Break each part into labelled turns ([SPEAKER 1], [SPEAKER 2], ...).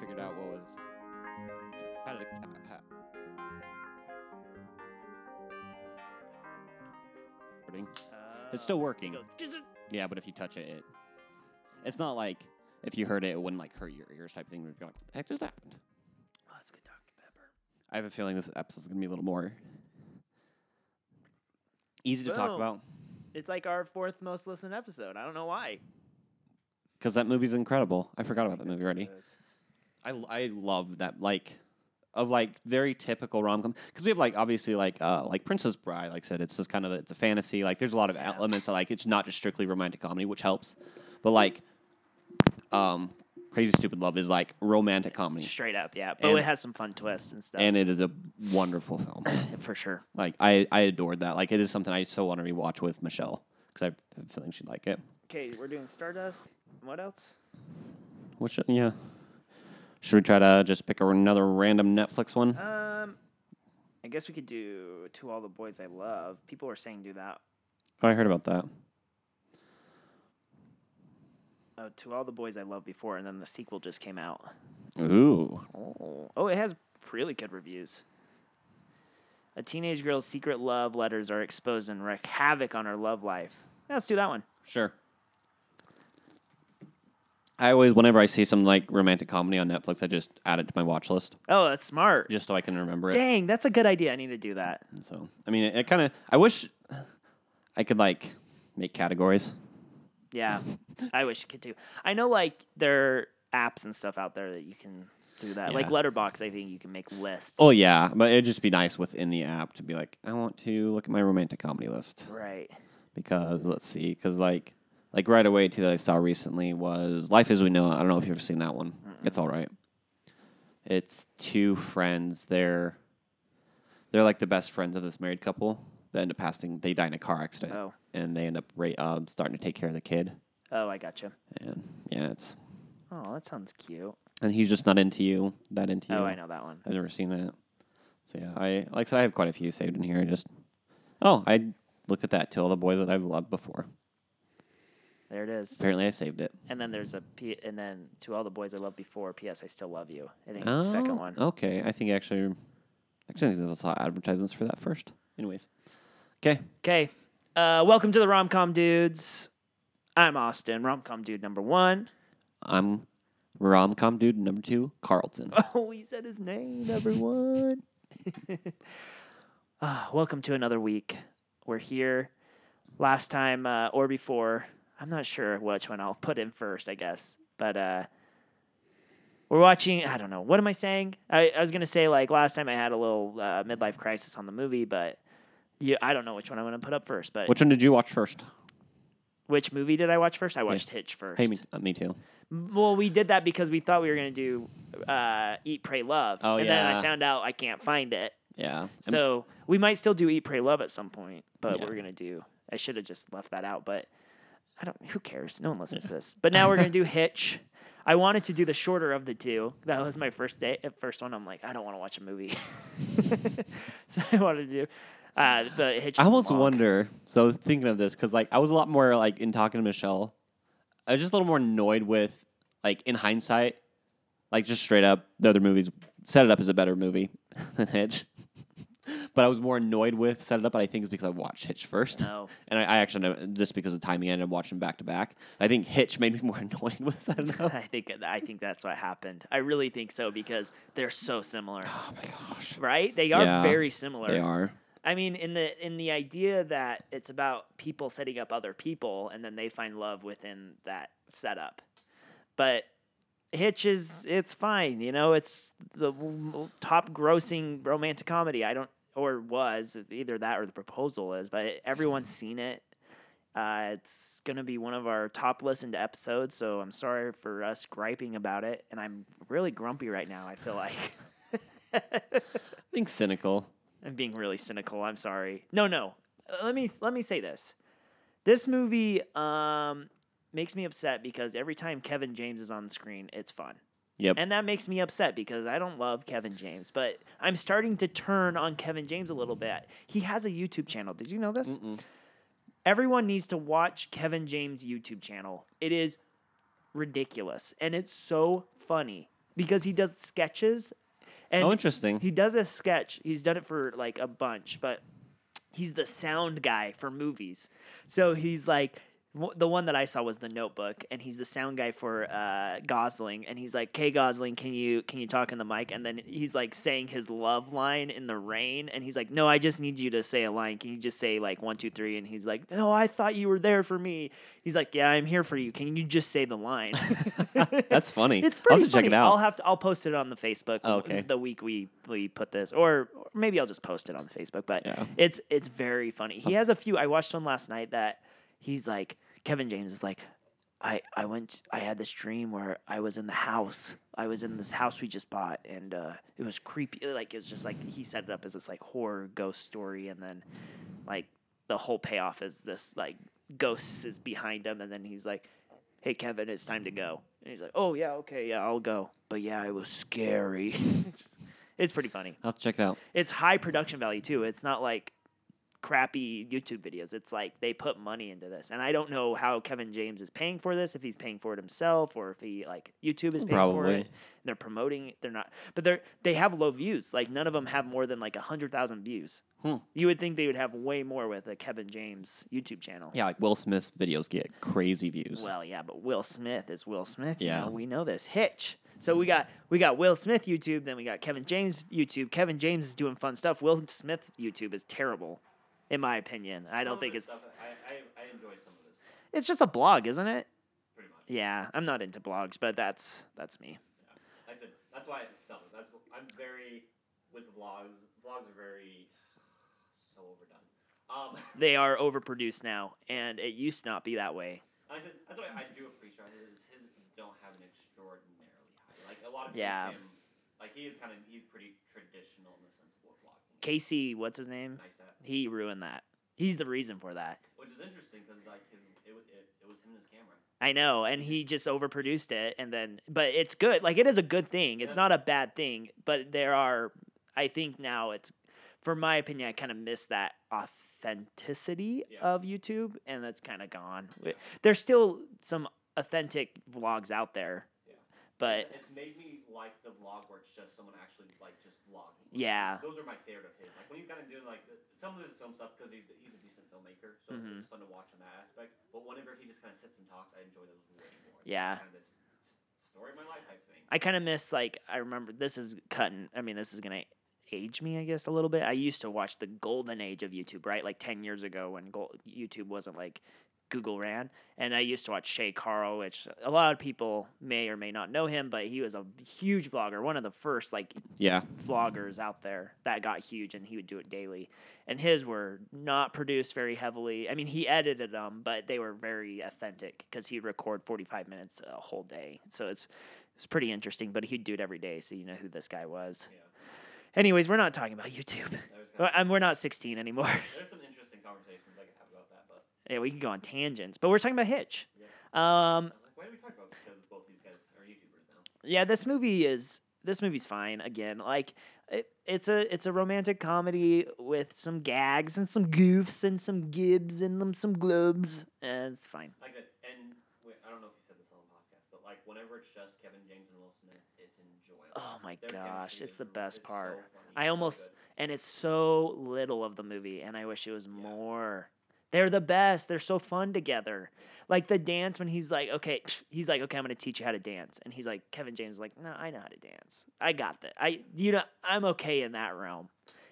[SPEAKER 1] figured out what was how to how, recording. It's still working.
[SPEAKER 2] Oh,
[SPEAKER 1] Yeah, but if you touch it, it it's not like if you heard it, it wouldn't like hurt your ears type thing. You'd be like, "What the heck just happened?"
[SPEAKER 2] Oh, that's good, Dr. Pepper.
[SPEAKER 1] I have a feeling this episode's gonna be a little more easy to talk
[SPEAKER 2] Boom.
[SPEAKER 1] about
[SPEAKER 2] It's like our fourth most listened episode. I don't know why.
[SPEAKER 1] because that movie's incredible. I forgot about that movie already. I, l- I love that like of like very typical rom com because we have like obviously like uh like Princess Bride like I said it's just kind of it's a fantasy like there's a lot of
[SPEAKER 2] Yeah.
[SPEAKER 1] elements that like it's not just strictly romantic comedy which helps but like um Crazy Stupid Love is like romantic comedy
[SPEAKER 2] Straight up, yeah. But
[SPEAKER 1] And-
[SPEAKER 2] it has some fun twists and stuff.
[SPEAKER 1] and it is a wonderful film
[SPEAKER 2] for sure.
[SPEAKER 1] like I I adored that like it is something I so want to rewatch with Michelle because I have a feeling she'd like it
[SPEAKER 2] Okay, we're doing Stardust. What else?
[SPEAKER 1] which yeah should we try to just pick another random Netflix one
[SPEAKER 2] Um, I guess we could do To All the Boys I Love. People were saying do that.
[SPEAKER 1] oh I heard about that
[SPEAKER 2] Oh, To All the Boys I Love before, and then the sequel just came out.
[SPEAKER 1] ooh
[SPEAKER 2] Oh, it has really good reviews. A teenage girl's secret love letters are exposed and wreak havoc on her love life. Yeah, let's do that one.
[SPEAKER 1] Sure. I always, whenever I see some like romantic comedy on Netflix, I just add it to my watch list
[SPEAKER 2] Oh, that's smart.
[SPEAKER 1] just so I can remember it.
[SPEAKER 2] Dang, that's a good idea. I need to do that.
[SPEAKER 1] So, I mean, it, it kind of, I wish I could like make categories.
[SPEAKER 2] Yeah, I wish you could too. I know like there are apps and stuff out there that you can do that. Like
[SPEAKER 1] Yeah.
[SPEAKER 2] Letterbox, I think you can make lists.
[SPEAKER 1] Oh, yeah. But it'd just be nice within the app to be like, I want to look at my romantic comedy list
[SPEAKER 2] right.
[SPEAKER 1] because let's see. Because like, like right away, too, that I saw recently was Life as We Know It. I don't know if you've ever seen that one. It's all right. It's two friends. They're they're like the best friends of this married couple that end up passing. They die in a car accident,
[SPEAKER 2] Oh.
[SPEAKER 1] and they end up ra- uh, starting to take care of the kid.
[SPEAKER 2] Oh, I gotcha.
[SPEAKER 1] And yeah, it's
[SPEAKER 2] Oh, that sounds cute.
[SPEAKER 1] and he's just not into you. That into you.
[SPEAKER 2] Oh, I know that one.
[SPEAKER 1] I've never seen that. So yeah, I like I said I have quite a few saved in here. I just oh I look at that to all the boys that I've loved before.
[SPEAKER 2] There it is.
[SPEAKER 1] Apparently I saved it.
[SPEAKER 2] And then there's a P, and then to all the boys I loved before. P.S. I still love you. I think it's the second one.
[SPEAKER 1] Oh, Okay, I think actually, actually I think there's a lot of advertisements for that first. Anyways, okay,
[SPEAKER 2] Okay. Uh, welcome to the Rom Com Dudes. I'm Austin, Rom Com Dude number one.
[SPEAKER 1] I'm rom com dude number two, Carlton.
[SPEAKER 2] Oh, he said his name, everyone. Ah, welcome to another week. We're here. Last time uh, or before, I'm not sure which one I'll put in first, I guess. But uh, we're watching, I don't know. What am I saying? I, I was going to say, like, last time I had a little uh, midlife crisis on the movie, but you, I don't know which one I'm going to put up first. But
[SPEAKER 1] Which one did you watch first?
[SPEAKER 2] which movie did I watch first? I watched Hitch first.
[SPEAKER 1] Hey, me, uh, me too.
[SPEAKER 2] Well, we did that because we thought we were gonna do uh, Eat, Pray, Love.
[SPEAKER 1] Oh,
[SPEAKER 2] and then I
[SPEAKER 1] yeah.
[SPEAKER 2] found out I can't find it.
[SPEAKER 1] Yeah. I'm-
[SPEAKER 2] So we might still do Eat, Pray, Love at some point, but
[SPEAKER 1] Yeah.
[SPEAKER 2] we're gonna do. I should have just left that out, but I don't. Who cares? No one listens to this. But now we're gonna do Hitch. I wanted to do the shorter of the two. That was my first day. At first one, I'm like, I don't want to watch a movie, so I wanted to do. Uh, but Hitch.
[SPEAKER 1] I
[SPEAKER 2] is
[SPEAKER 1] almost
[SPEAKER 2] long.
[SPEAKER 1] wonder. So thinking of this, because like I was a lot more like in talking to Michelle, I was just a little more annoyed with like in hindsight, like just straight up the other movies. Set It Up is a better movie than Hitch, but I was more annoyed with Set It Up. But I think it's because I watched Hitch first,
[SPEAKER 2] No.
[SPEAKER 1] and I, I actually know just because of timing, I ended up watching back to back. I think Hitch made me more annoyed with Set It Up.
[SPEAKER 2] I think I think that's what happened. I really think so because they're so similar.
[SPEAKER 1] oh my gosh,
[SPEAKER 2] right? They are
[SPEAKER 1] Yeah,
[SPEAKER 2] very similar.
[SPEAKER 1] they are.
[SPEAKER 2] I mean, in the in the idea that it's about people setting up other people, and then they find love within that setup. But Hitch is it's fine, you know. It's the w- top grossing romantic comedy. I don't or was either that or the proposal is, but everyone's seen it. Uh, it's gonna be one of our top listened episodes, so I'm sorry for us griping about it, and I'm really grumpy right now. I feel like.
[SPEAKER 1] I think cynical.
[SPEAKER 2] I'm being really cynical. I'm sorry. No, no. Uh, Let me let me say this. This movie um, makes me upset because every time Kevin James is on the screen, it's fun,
[SPEAKER 1] Yep.
[SPEAKER 2] and that makes me upset because I don't love Kevin James. But I'm starting to turn on Kevin James a little bit. He has a YouTube channel. Did you know this? Everyone needs to watch Kevin James' YouTube channel. It is ridiculous and it's so funny. because he does sketches. And
[SPEAKER 1] Oh, interesting.
[SPEAKER 2] He does a sketch. He's done it for like a bunch, but he's the sound guy for movies. So he's like w- the one that I saw was The Notebook, and he's the sound guy for uh, Gosling. And he's like, "Hey Gosling, can you can you talk in the mic?" And then he's like saying his love line in the rain, and he's like, "No, I just need you to say a line. Can you just say like one, two, three? And he's like, "No, I thought you were there for me." He's like, "Yeah, I'm here for you. Can you just say the line?"
[SPEAKER 1] That's funny.
[SPEAKER 2] It's
[SPEAKER 1] I'll
[SPEAKER 2] pretty
[SPEAKER 1] have to check it
[SPEAKER 2] funny.
[SPEAKER 1] out.
[SPEAKER 2] I'll have to. I'll post it on the Facebook.
[SPEAKER 1] Oh, okay.
[SPEAKER 2] The week we we put this, or, or maybe I'll just post it on the Facebook. But
[SPEAKER 1] Yeah.
[SPEAKER 2] it's it's very funny. He has a few. I watched one last night that he's like Kevin James is like. I, I went I had this dream where I was in the house. I was in this house we just bought and uh, it was creepy like it was just like he set it up as this like horror ghost story and then like the whole payoff is this like ghosts is behind him and then he's like hey kevin it's time to go and he's like oh yeah okay yeah i'll go but yeah it was scary it's, just, it's pretty funny
[SPEAKER 1] I'll have to check it out.
[SPEAKER 2] it's high production value too it's not like crappy youtube videos it's like they put money into this and i don't know how kevin james is paying for this if he's paying for it himself or if he like youtube is paying for
[SPEAKER 1] Probably.
[SPEAKER 2] it they're promoting it they're not but they're they have low views like none of them have more than like 100000 views
[SPEAKER 1] Hmm.
[SPEAKER 2] you would think they would have way more with a kevin james youtube channel
[SPEAKER 1] Yeah, like Will Smith's videos get crazy views.
[SPEAKER 2] well, yeah, but Will Smith is Will Smith. Yeah,
[SPEAKER 1] Yeah.
[SPEAKER 2] we know this. Hitch. So we got we got Will Smith YouTube, then we got Kevin James YouTube. Kevin James is doing fun stuff. Will Smith YouTube is terrible, in my opinion. I don't think it's
[SPEAKER 1] I, I, I enjoy some of this.
[SPEAKER 2] it's just a blog, isn't it? Yeah, I'm not into blogs, but that's that's me.
[SPEAKER 1] I said that's why I sell it. That's I'm very with vlogs. Vlogs are very so overdone. Um,
[SPEAKER 2] They are overproduced now, and it used to not be that way.
[SPEAKER 1] I said, that's why I do appreciate his his don't have an extraordinarily high. Like a lot of
[SPEAKER 2] people Yeah. him-
[SPEAKER 1] like he is kind of he's pretty traditional in the sense of what vlogging.
[SPEAKER 2] Casey, what's his name?
[SPEAKER 1] Nice to have.
[SPEAKER 2] He ruined that. He's the reason for that.
[SPEAKER 1] Which is interesting because like his it, wa- it, it was him and his camera.
[SPEAKER 2] I know, and he just overproduced it, and then but it's good. Like it is a good thing. It's
[SPEAKER 1] Yeah.
[SPEAKER 2] not a bad thing. But there are, I think now it's, for my opinion, I kind of miss that authenticity
[SPEAKER 1] Yeah.
[SPEAKER 2] of YouTube, and that's kind of gone. W- There's still some authentic vlogs out there,
[SPEAKER 1] Yeah.
[SPEAKER 2] but
[SPEAKER 1] it's made me like the vlog where it's just someone actually like just vlogging. Like,
[SPEAKER 2] yeah,
[SPEAKER 1] Those are my favorite of his. Like when he's kind of doing like the- some of his film stuff because he's he's a decent filmmaker, so it's-
[SPEAKER 2] Mhm.
[SPEAKER 1] it's fun to watch on that aspect. But whenever he just kind of sits and talks, I enjoy those way more. It's
[SPEAKER 2] Yeah.
[SPEAKER 1] Kind of this s- story of my life type thing.
[SPEAKER 2] I kind of miss like I remember this is cutting. I mean, this is gonna age me, I guess, a little bit. I used to watch the golden age of YouTube, right? Like ten years ago when gol YouTube wasn't like Google ran, and I used to watch Shay Carl, which a lot of people may or may not know him, but he was a huge vlogger, one of the first like
[SPEAKER 1] Yeah.
[SPEAKER 2] vloggers out there that got huge and he would do it daily and his were not produced very heavily i mean he edited them but they were very authentic because he'd record 45 minutes a whole day so it's it's pretty interesting but he'd do it every day so you know who this guy was
[SPEAKER 1] Yeah.
[SPEAKER 2] anyways we're not talking about youtube
[SPEAKER 1] There's,
[SPEAKER 2] Well,
[SPEAKER 1] kind
[SPEAKER 2] and we're not 16 anymore
[SPEAKER 1] there's some interesting conversations I could have about that, but
[SPEAKER 2] yeah we can go on tangents but we're talking about hitch
[SPEAKER 1] yeah.
[SPEAKER 2] um
[SPEAKER 1] I was like, why do we talk about this? Because both these guys are YouTubers now.
[SPEAKER 2] yeah this movie is this movie's fine again like it, it's a it's a romantic comedy with some gags and some goofs and some gibs and them some globes and it's fine
[SPEAKER 1] Like that, and wait, I don't know if you said this on the podcast, but like whenever it's just Kevin James and Will Smith, it's enjoyable.
[SPEAKER 2] oh my
[SPEAKER 1] Their
[SPEAKER 2] gosh
[SPEAKER 1] chemistry
[SPEAKER 2] it's
[SPEAKER 1] is
[SPEAKER 2] the
[SPEAKER 1] r-
[SPEAKER 2] best
[SPEAKER 1] it's so
[SPEAKER 2] part
[SPEAKER 1] funny,
[SPEAKER 2] i
[SPEAKER 1] it's so
[SPEAKER 2] almost
[SPEAKER 1] good.
[SPEAKER 2] and it's so little of the movie and i wish it was more they're the best they're so fun together like the dance when he's like okay he's like okay i'm gonna teach you how to dance and he's like kevin james is like no i know how to dance i got that i you know i'm okay in that realm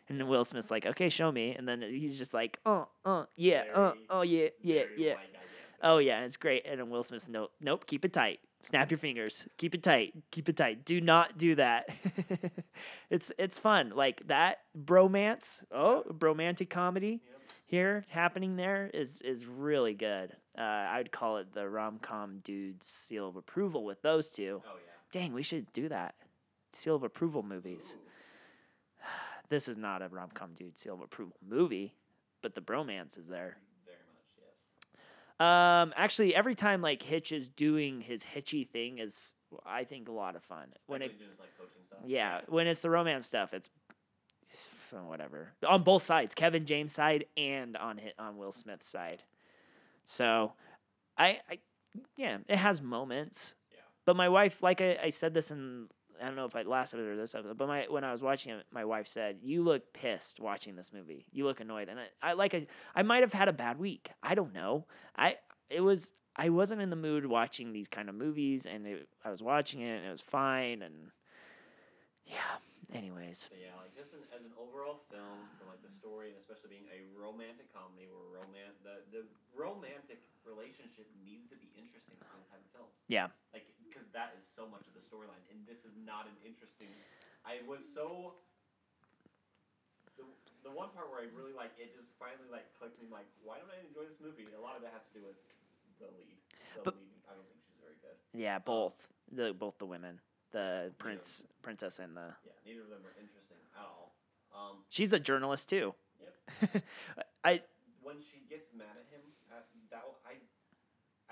[SPEAKER 2] and then will smith's like okay show me and then he's just like oh uh, yeah uh,
[SPEAKER 1] Very,
[SPEAKER 2] oh yeah yeah
[SPEAKER 1] Very
[SPEAKER 2] yeah
[SPEAKER 1] wide idea.
[SPEAKER 2] Oh yeah, it's great. And then Will Smith's nope, nope, keep it tight. Snap your fingers. Keep it tight. Keep it tight. Do not do that. it's it's fun. Like that bromance. Oh, bromantic comedy
[SPEAKER 1] Yep.
[SPEAKER 2] here happening there is is really good. Uh, I would call it the rom com dude's seal of approval with those two.
[SPEAKER 1] Oh yeah.
[SPEAKER 2] Dang, we should do that. Seal of approval movies.
[SPEAKER 1] Ooh.
[SPEAKER 2] This is not a rom com dude seal of approval movie, but the bromance is there.
[SPEAKER 1] Very much, yes.
[SPEAKER 2] Um, actually, every time like Hitch is doing his hitchy thing is, I think, a lot of fun. When
[SPEAKER 1] Like,
[SPEAKER 2] it,
[SPEAKER 1] doing, like coaching stuff.
[SPEAKER 2] yeah, when it's the romance stuff, it's, it's so whatever on both sides, Kevin James side and on hit on Will Smith's side. So, I, I, yeah, it has moments.
[SPEAKER 1] Yeah.
[SPEAKER 2] But my wife, like I, I said this in I don't know if I last episode or this episode, but my when I was watching it, my wife said, "You look pissed watching this movie. You look annoyed." And I, I like I, I might have had a bad week. I don't know. I it was I wasn't in the mood watching these kind of movies, and it, I was watching it, and it was fine, and yeah. Anyways,
[SPEAKER 1] Yeah, like just an, as an overall film for like the story, and especially being a romantic comedy, where romance the, the romantic relationship needs to be interesting for those type of films.
[SPEAKER 2] yeah,
[SPEAKER 1] like because that is so much of the storyline and this is not an interesting i was so the, the one part where i really like it just finally like clicked me like why don't i enjoy this movie a lot of it has to do with the lead the
[SPEAKER 2] But-
[SPEAKER 1] lead i don't think she's very good
[SPEAKER 2] yeah. Both the both the women, the prince princess and the
[SPEAKER 1] yeah neither of them are interesting at all um,
[SPEAKER 2] she's a journalist too.
[SPEAKER 1] Yep.
[SPEAKER 2] I
[SPEAKER 1] when she gets mad at him at that one- i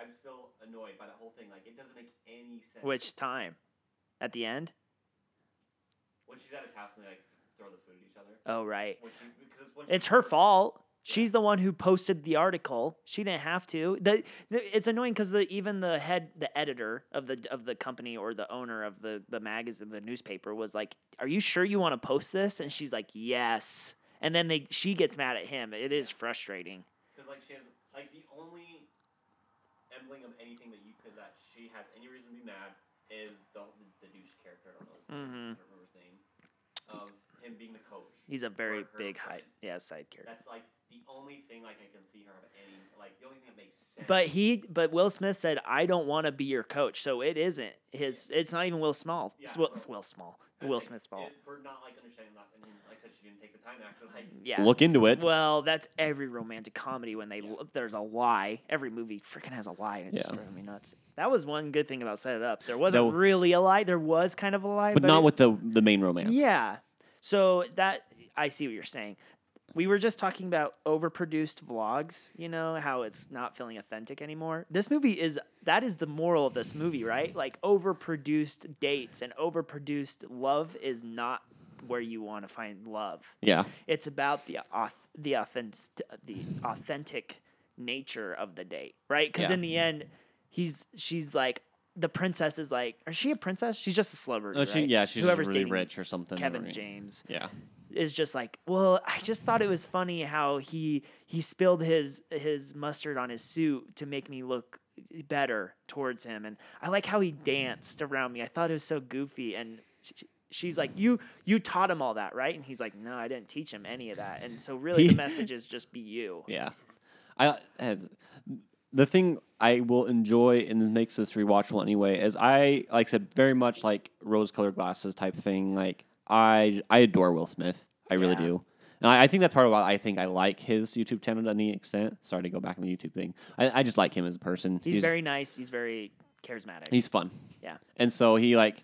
[SPEAKER 1] i'm still annoyed by the whole thing like it doesn't make any sense
[SPEAKER 2] which time at the end?
[SPEAKER 1] when she's at his house and they like throw the food at each other
[SPEAKER 2] Oh right.
[SPEAKER 1] when she, because it's, when she
[SPEAKER 2] It's her
[SPEAKER 1] first-
[SPEAKER 2] fault. She's the one who posted the article. She didn't have to. The, the it's annoying because the even the head, the editor of the of the company or the owner of the the magazine, the newspaper was like, "Are you sure you want to post this?" And she's like, "Yes." And then they she gets mad at him. It is frustrating.
[SPEAKER 1] Because like she has like the only emblem of anything that you could that she has any reason to be mad is the the douche character. I don't know. His name, I
[SPEAKER 2] Mhm.
[SPEAKER 1] don't remember his name. Of him being the coach.
[SPEAKER 2] He's a very
[SPEAKER 1] her
[SPEAKER 2] big
[SPEAKER 1] friend.
[SPEAKER 2] high, yeah side character.
[SPEAKER 1] That's like the only thing like I can see her of any like the only thing that makes sense.
[SPEAKER 2] But he, but Will Smith said, "I don't want to be your coach," so it isn't his. It's not even Will Small. It's
[SPEAKER 1] Yeah,
[SPEAKER 2] Will,
[SPEAKER 1] right.
[SPEAKER 2] Will Small.
[SPEAKER 1] I
[SPEAKER 2] Will
[SPEAKER 1] think
[SPEAKER 2] Smith's fault.
[SPEAKER 1] it- for not like understanding that, and like said, she didn't take the time to actually like.
[SPEAKER 2] Yeah.
[SPEAKER 1] Look into it.
[SPEAKER 2] Well, that's every romantic comedy when they
[SPEAKER 1] Yeah.
[SPEAKER 2] there's a lie. Every movie freaking has a lie, and it just
[SPEAKER 1] Yeah.
[SPEAKER 2] drove me nuts. That was one good thing about Set It Up. There wasn't
[SPEAKER 1] No.
[SPEAKER 2] really a lie. There was kind of a lie,
[SPEAKER 1] but not
[SPEAKER 2] it-
[SPEAKER 1] with the the main romance.
[SPEAKER 2] Yeah. So that I see what you're saying. We were just talking about overproduced vlogs, you know, how it's not feeling authentic anymore. This movie is that is the moral of this movie, right? Like overproduced dates and overproduced love is not where you want to find love.
[SPEAKER 1] Yeah.
[SPEAKER 2] It's about the auth- the authentic the authentic nature of the date, right? Because
[SPEAKER 1] Yeah.
[SPEAKER 2] in the end, he's she's like the princess is like, is she a princess? She's just a celebrity.
[SPEAKER 1] Oh,
[SPEAKER 2] right? Whoever's dating
[SPEAKER 1] or something.
[SPEAKER 2] Kevin James
[SPEAKER 1] Yeah.
[SPEAKER 2] is just like, well, I just thought it was funny how he he spilled his his mustard on his suit to make me look better towards him, and I like how he danced around me. I thought it was so goofy, and sh- sh- she's like, you you taught him all that, right? And he's like, no, I didn't teach him any of that. And so really, the
[SPEAKER 1] He-
[SPEAKER 2] message is just be you.
[SPEAKER 1] Yeah, I as, the thing I will enjoy and this makes this rewatchable anyway is I like I said very much like rose-colored glasses type thing. Like I I adore Will Smith, I really
[SPEAKER 2] Yeah.
[SPEAKER 1] do, and I, I think that's part of why I think I like his YouTube channel to any extent. Sorry to go back on the YouTube thing. I, I just like him as a person.
[SPEAKER 2] He's, very nice. He's very charismatic.
[SPEAKER 1] he's fun,
[SPEAKER 2] yeah.
[SPEAKER 1] and so he like.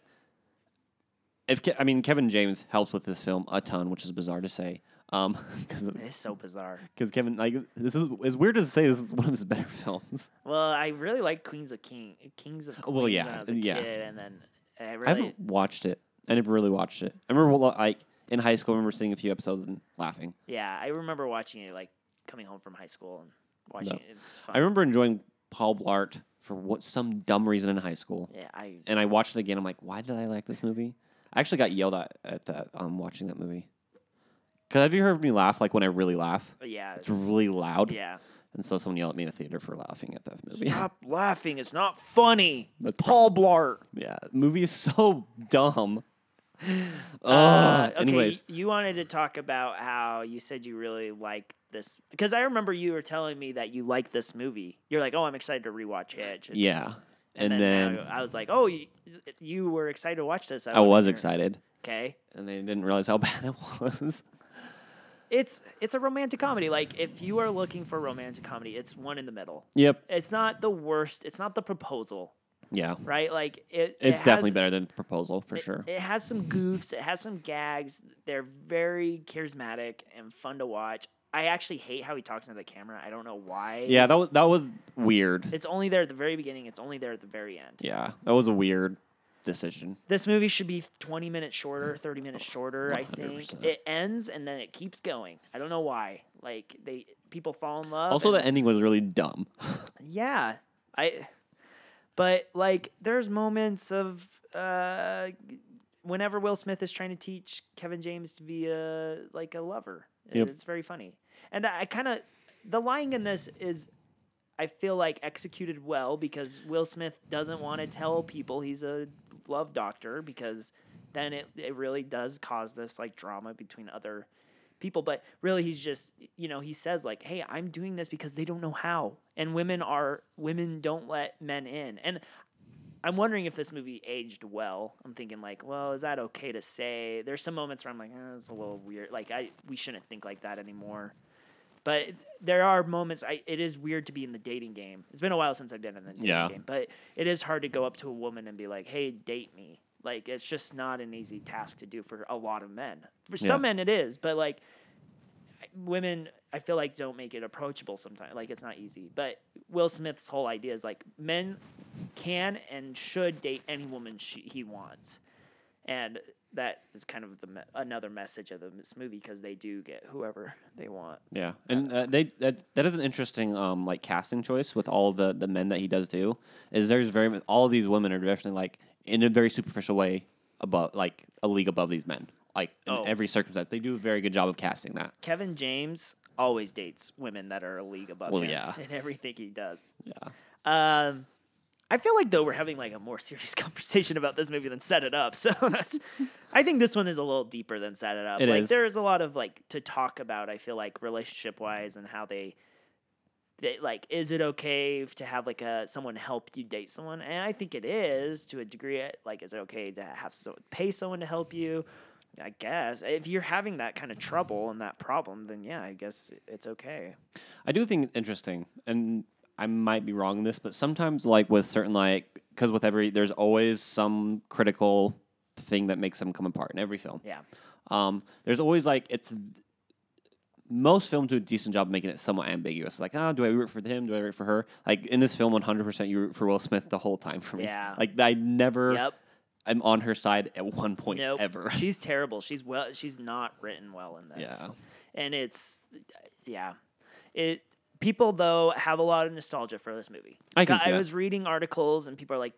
[SPEAKER 1] If Ke- I mean Kevin James helps with this film a ton, which is bizarre to say, um,
[SPEAKER 2] It's so bizarre.
[SPEAKER 1] because Kevin like this is as weird as to say this is one of his better films.
[SPEAKER 2] Well, I really like Queens of King, Kings of Queens
[SPEAKER 1] Well, yeah,
[SPEAKER 2] when I was a
[SPEAKER 1] yeah.
[SPEAKER 2] kid, and then I
[SPEAKER 1] I
[SPEAKER 2] really
[SPEAKER 1] haven't watched it. I never really watched it. I remember lo- like in high school, I remember seeing a few episodes and laughing.
[SPEAKER 2] Yeah, I remember watching it like coming home from high school and watching
[SPEAKER 1] No.
[SPEAKER 2] it. It was fun.
[SPEAKER 1] I remember enjoying Paul Blart for what some dumb reason in high school,
[SPEAKER 2] Yeah, I
[SPEAKER 1] and I watched it again. I'm like, why did I like this movie? I actually got yelled at at that um, watching that movie. Cause have you heard me laugh like when I really laugh?
[SPEAKER 2] yeah.
[SPEAKER 1] It's
[SPEAKER 2] it's-
[SPEAKER 1] really loud,
[SPEAKER 2] yeah.
[SPEAKER 1] and so someone yelled at me in the theater for laughing at that movie.
[SPEAKER 2] Stop laughing. It's not funny. It's Paul Blart.
[SPEAKER 1] yeah, the movie is so dumb. Ugh.
[SPEAKER 2] Uh, okay,
[SPEAKER 1] anyways,
[SPEAKER 2] y- you wanted to talk about how you said you really like this because I remember you were telling me that you like this movie. You're like, "Oh, I'm excited to rewatch Edge." It's-
[SPEAKER 1] yeah, and,
[SPEAKER 2] now
[SPEAKER 1] then,
[SPEAKER 2] I was like, "Oh, you, you were excited to watch this."
[SPEAKER 1] I was
[SPEAKER 2] wonder."
[SPEAKER 1] excited.
[SPEAKER 2] Okay.
[SPEAKER 1] and they didn't realize how bad it was.
[SPEAKER 2] It's it's a romantic comedy. Like if you are looking for romantic comedy, it's one in the middle.
[SPEAKER 1] yep.
[SPEAKER 2] It's not the worst. It's not the proposal.
[SPEAKER 1] Yeah.
[SPEAKER 2] right? Like it.
[SPEAKER 1] It's
[SPEAKER 2] it
[SPEAKER 1] definitely
[SPEAKER 2] has-
[SPEAKER 1] better than proposal for
[SPEAKER 2] it-
[SPEAKER 1] sure.
[SPEAKER 2] It has some goofs. It has some gags. They're very charismatic and fun to watch. I actually hate how he talks into the camera. I don't know why.
[SPEAKER 1] yeah, that was that was weird.
[SPEAKER 2] It's only there at the very beginning. It's only there at the very end.
[SPEAKER 1] Yeah, that was a weird decision.
[SPEAKER 2] This movie should be 20 minutes shorter, 30 minutes
[SPEAKER 1] Oh,
[SPEAKER 2] shorter, I think.
[SPEAKER 1] 100%.
[SPEAKER 2] It ends and then it keeps going. I don't know why. Like they people fall in love.
[SPEAKER 1] Also,
[SPEAKER 2] and-
[SPEAKER 1] the ending was really dumb.
[SPEAKER 2] Yeah, I. But like, there's moments of uh, whenever Will Smith is trying to teach Kevin James to be a like a lover.
[SPEAKER 1] Yep.
[SPEAKER 2] It's very funny. And I kind of the lying in this is I feel like executed well because Will Smith doesn't want to tell people he's a love doctor because then it it really does cause this like drama between other people but really he's just you know he says like hey i'm doing this because they don't know how and women are women don't let men in and i'm wondering if this movie aged well i'm thinking like well is that okay to say there's some moments where i'm like eh, it's a little weird like i we shouldn't think like that anymore but there are moments I, it is weird to be in the dating game it's been a while since i've been in the dating
[SPEAKER 1] Yeah.
[SPEAKER 2] game but it is hard to go up to a woman and be like hey date me like it's just not an easy task to do for a lot of men for
[SPEAKER 1] Yeah.
[SPEAKER 2] some men it is but like women I feel like don't make it approachable sometimes. Like it's not easy. But Will Smith's whole idea is like men can and should date any woman she, he wants, and that is kind of the me- another message of this movie because they do get whoever they want.
[SPEAKER 1] Yeah, and uh, they that that is an interesting um like casting choice with all the the men that he does do. Is there's very mu- all these women are definitely like in a very superficial way above like a league above these men. Like in
[SPEAKER 2] Oh.
[SPEAKER 1] every circumstance, they do a very good job of casting that.
[SPEAKER 2] Kevin James always dates women that are a league above
[SPEAKER 1] Well,
[SPEAKER 2] him
[SPEAKER 1] yeah.
[SPEAKER 2] in everything he does.
[SPEAKER 1] Yeah,
[SPEAKER 2] Um, I feel like though we're having like a more serious conversation about this movie than Set It Up. So that's, I think this one is a little deeper than Set It Up.
[SPEAKER 1] It
[SPEAKER 2] like
[SPEAKER 1] is.
[SPEAKER 2] there is a lot of like to talk about. I feel like relationship wise and how they, they like is it okay to have like a someone help you date someone? And I think it is to a degree. eh, Like is it okay to have so pay someone to help you? I guess if you're having that kind of trouble and that problem, then yeah, I guess it's okay.
[SPEAKER 1] I do think it's interesting, and I might be wrong in this, but sometimes like with certain like because with every there's always some critical thing that makes them come apart in every film.
[SPEAKER 2] Yeah.
[SPEAKER 1] Um, there's always like it's most films do a decent job of making it somewhat ambiguous. Like, oh, do I root for him? Do I root for her? Like in this film, 100% you root for Will Smith the whole time for me.
[SPEAKER 2] Yeah.
[SPEAKER 1] Like I never
[SPEAKER 2] Yep.
[SPEAKER 1] am on her side at one point
[SPEAKER 2] nope.
[SPEAKER 1] ever.
[SPEAKER 2] She's terrible. She's well. She's not written well in this.
[SPEAKER 1] Yeah.
[SPEAKER 2] and it's yeah. It people though have a lot of nostalgia for this movie.
[SPEAKER 1] I can
[SPEAKER 2] Got-
[SPEAKER 1] see
[SPEAKER 2] I
[SPEAKER 1] that.
[SPEAKER 2] was reading articles and people are like,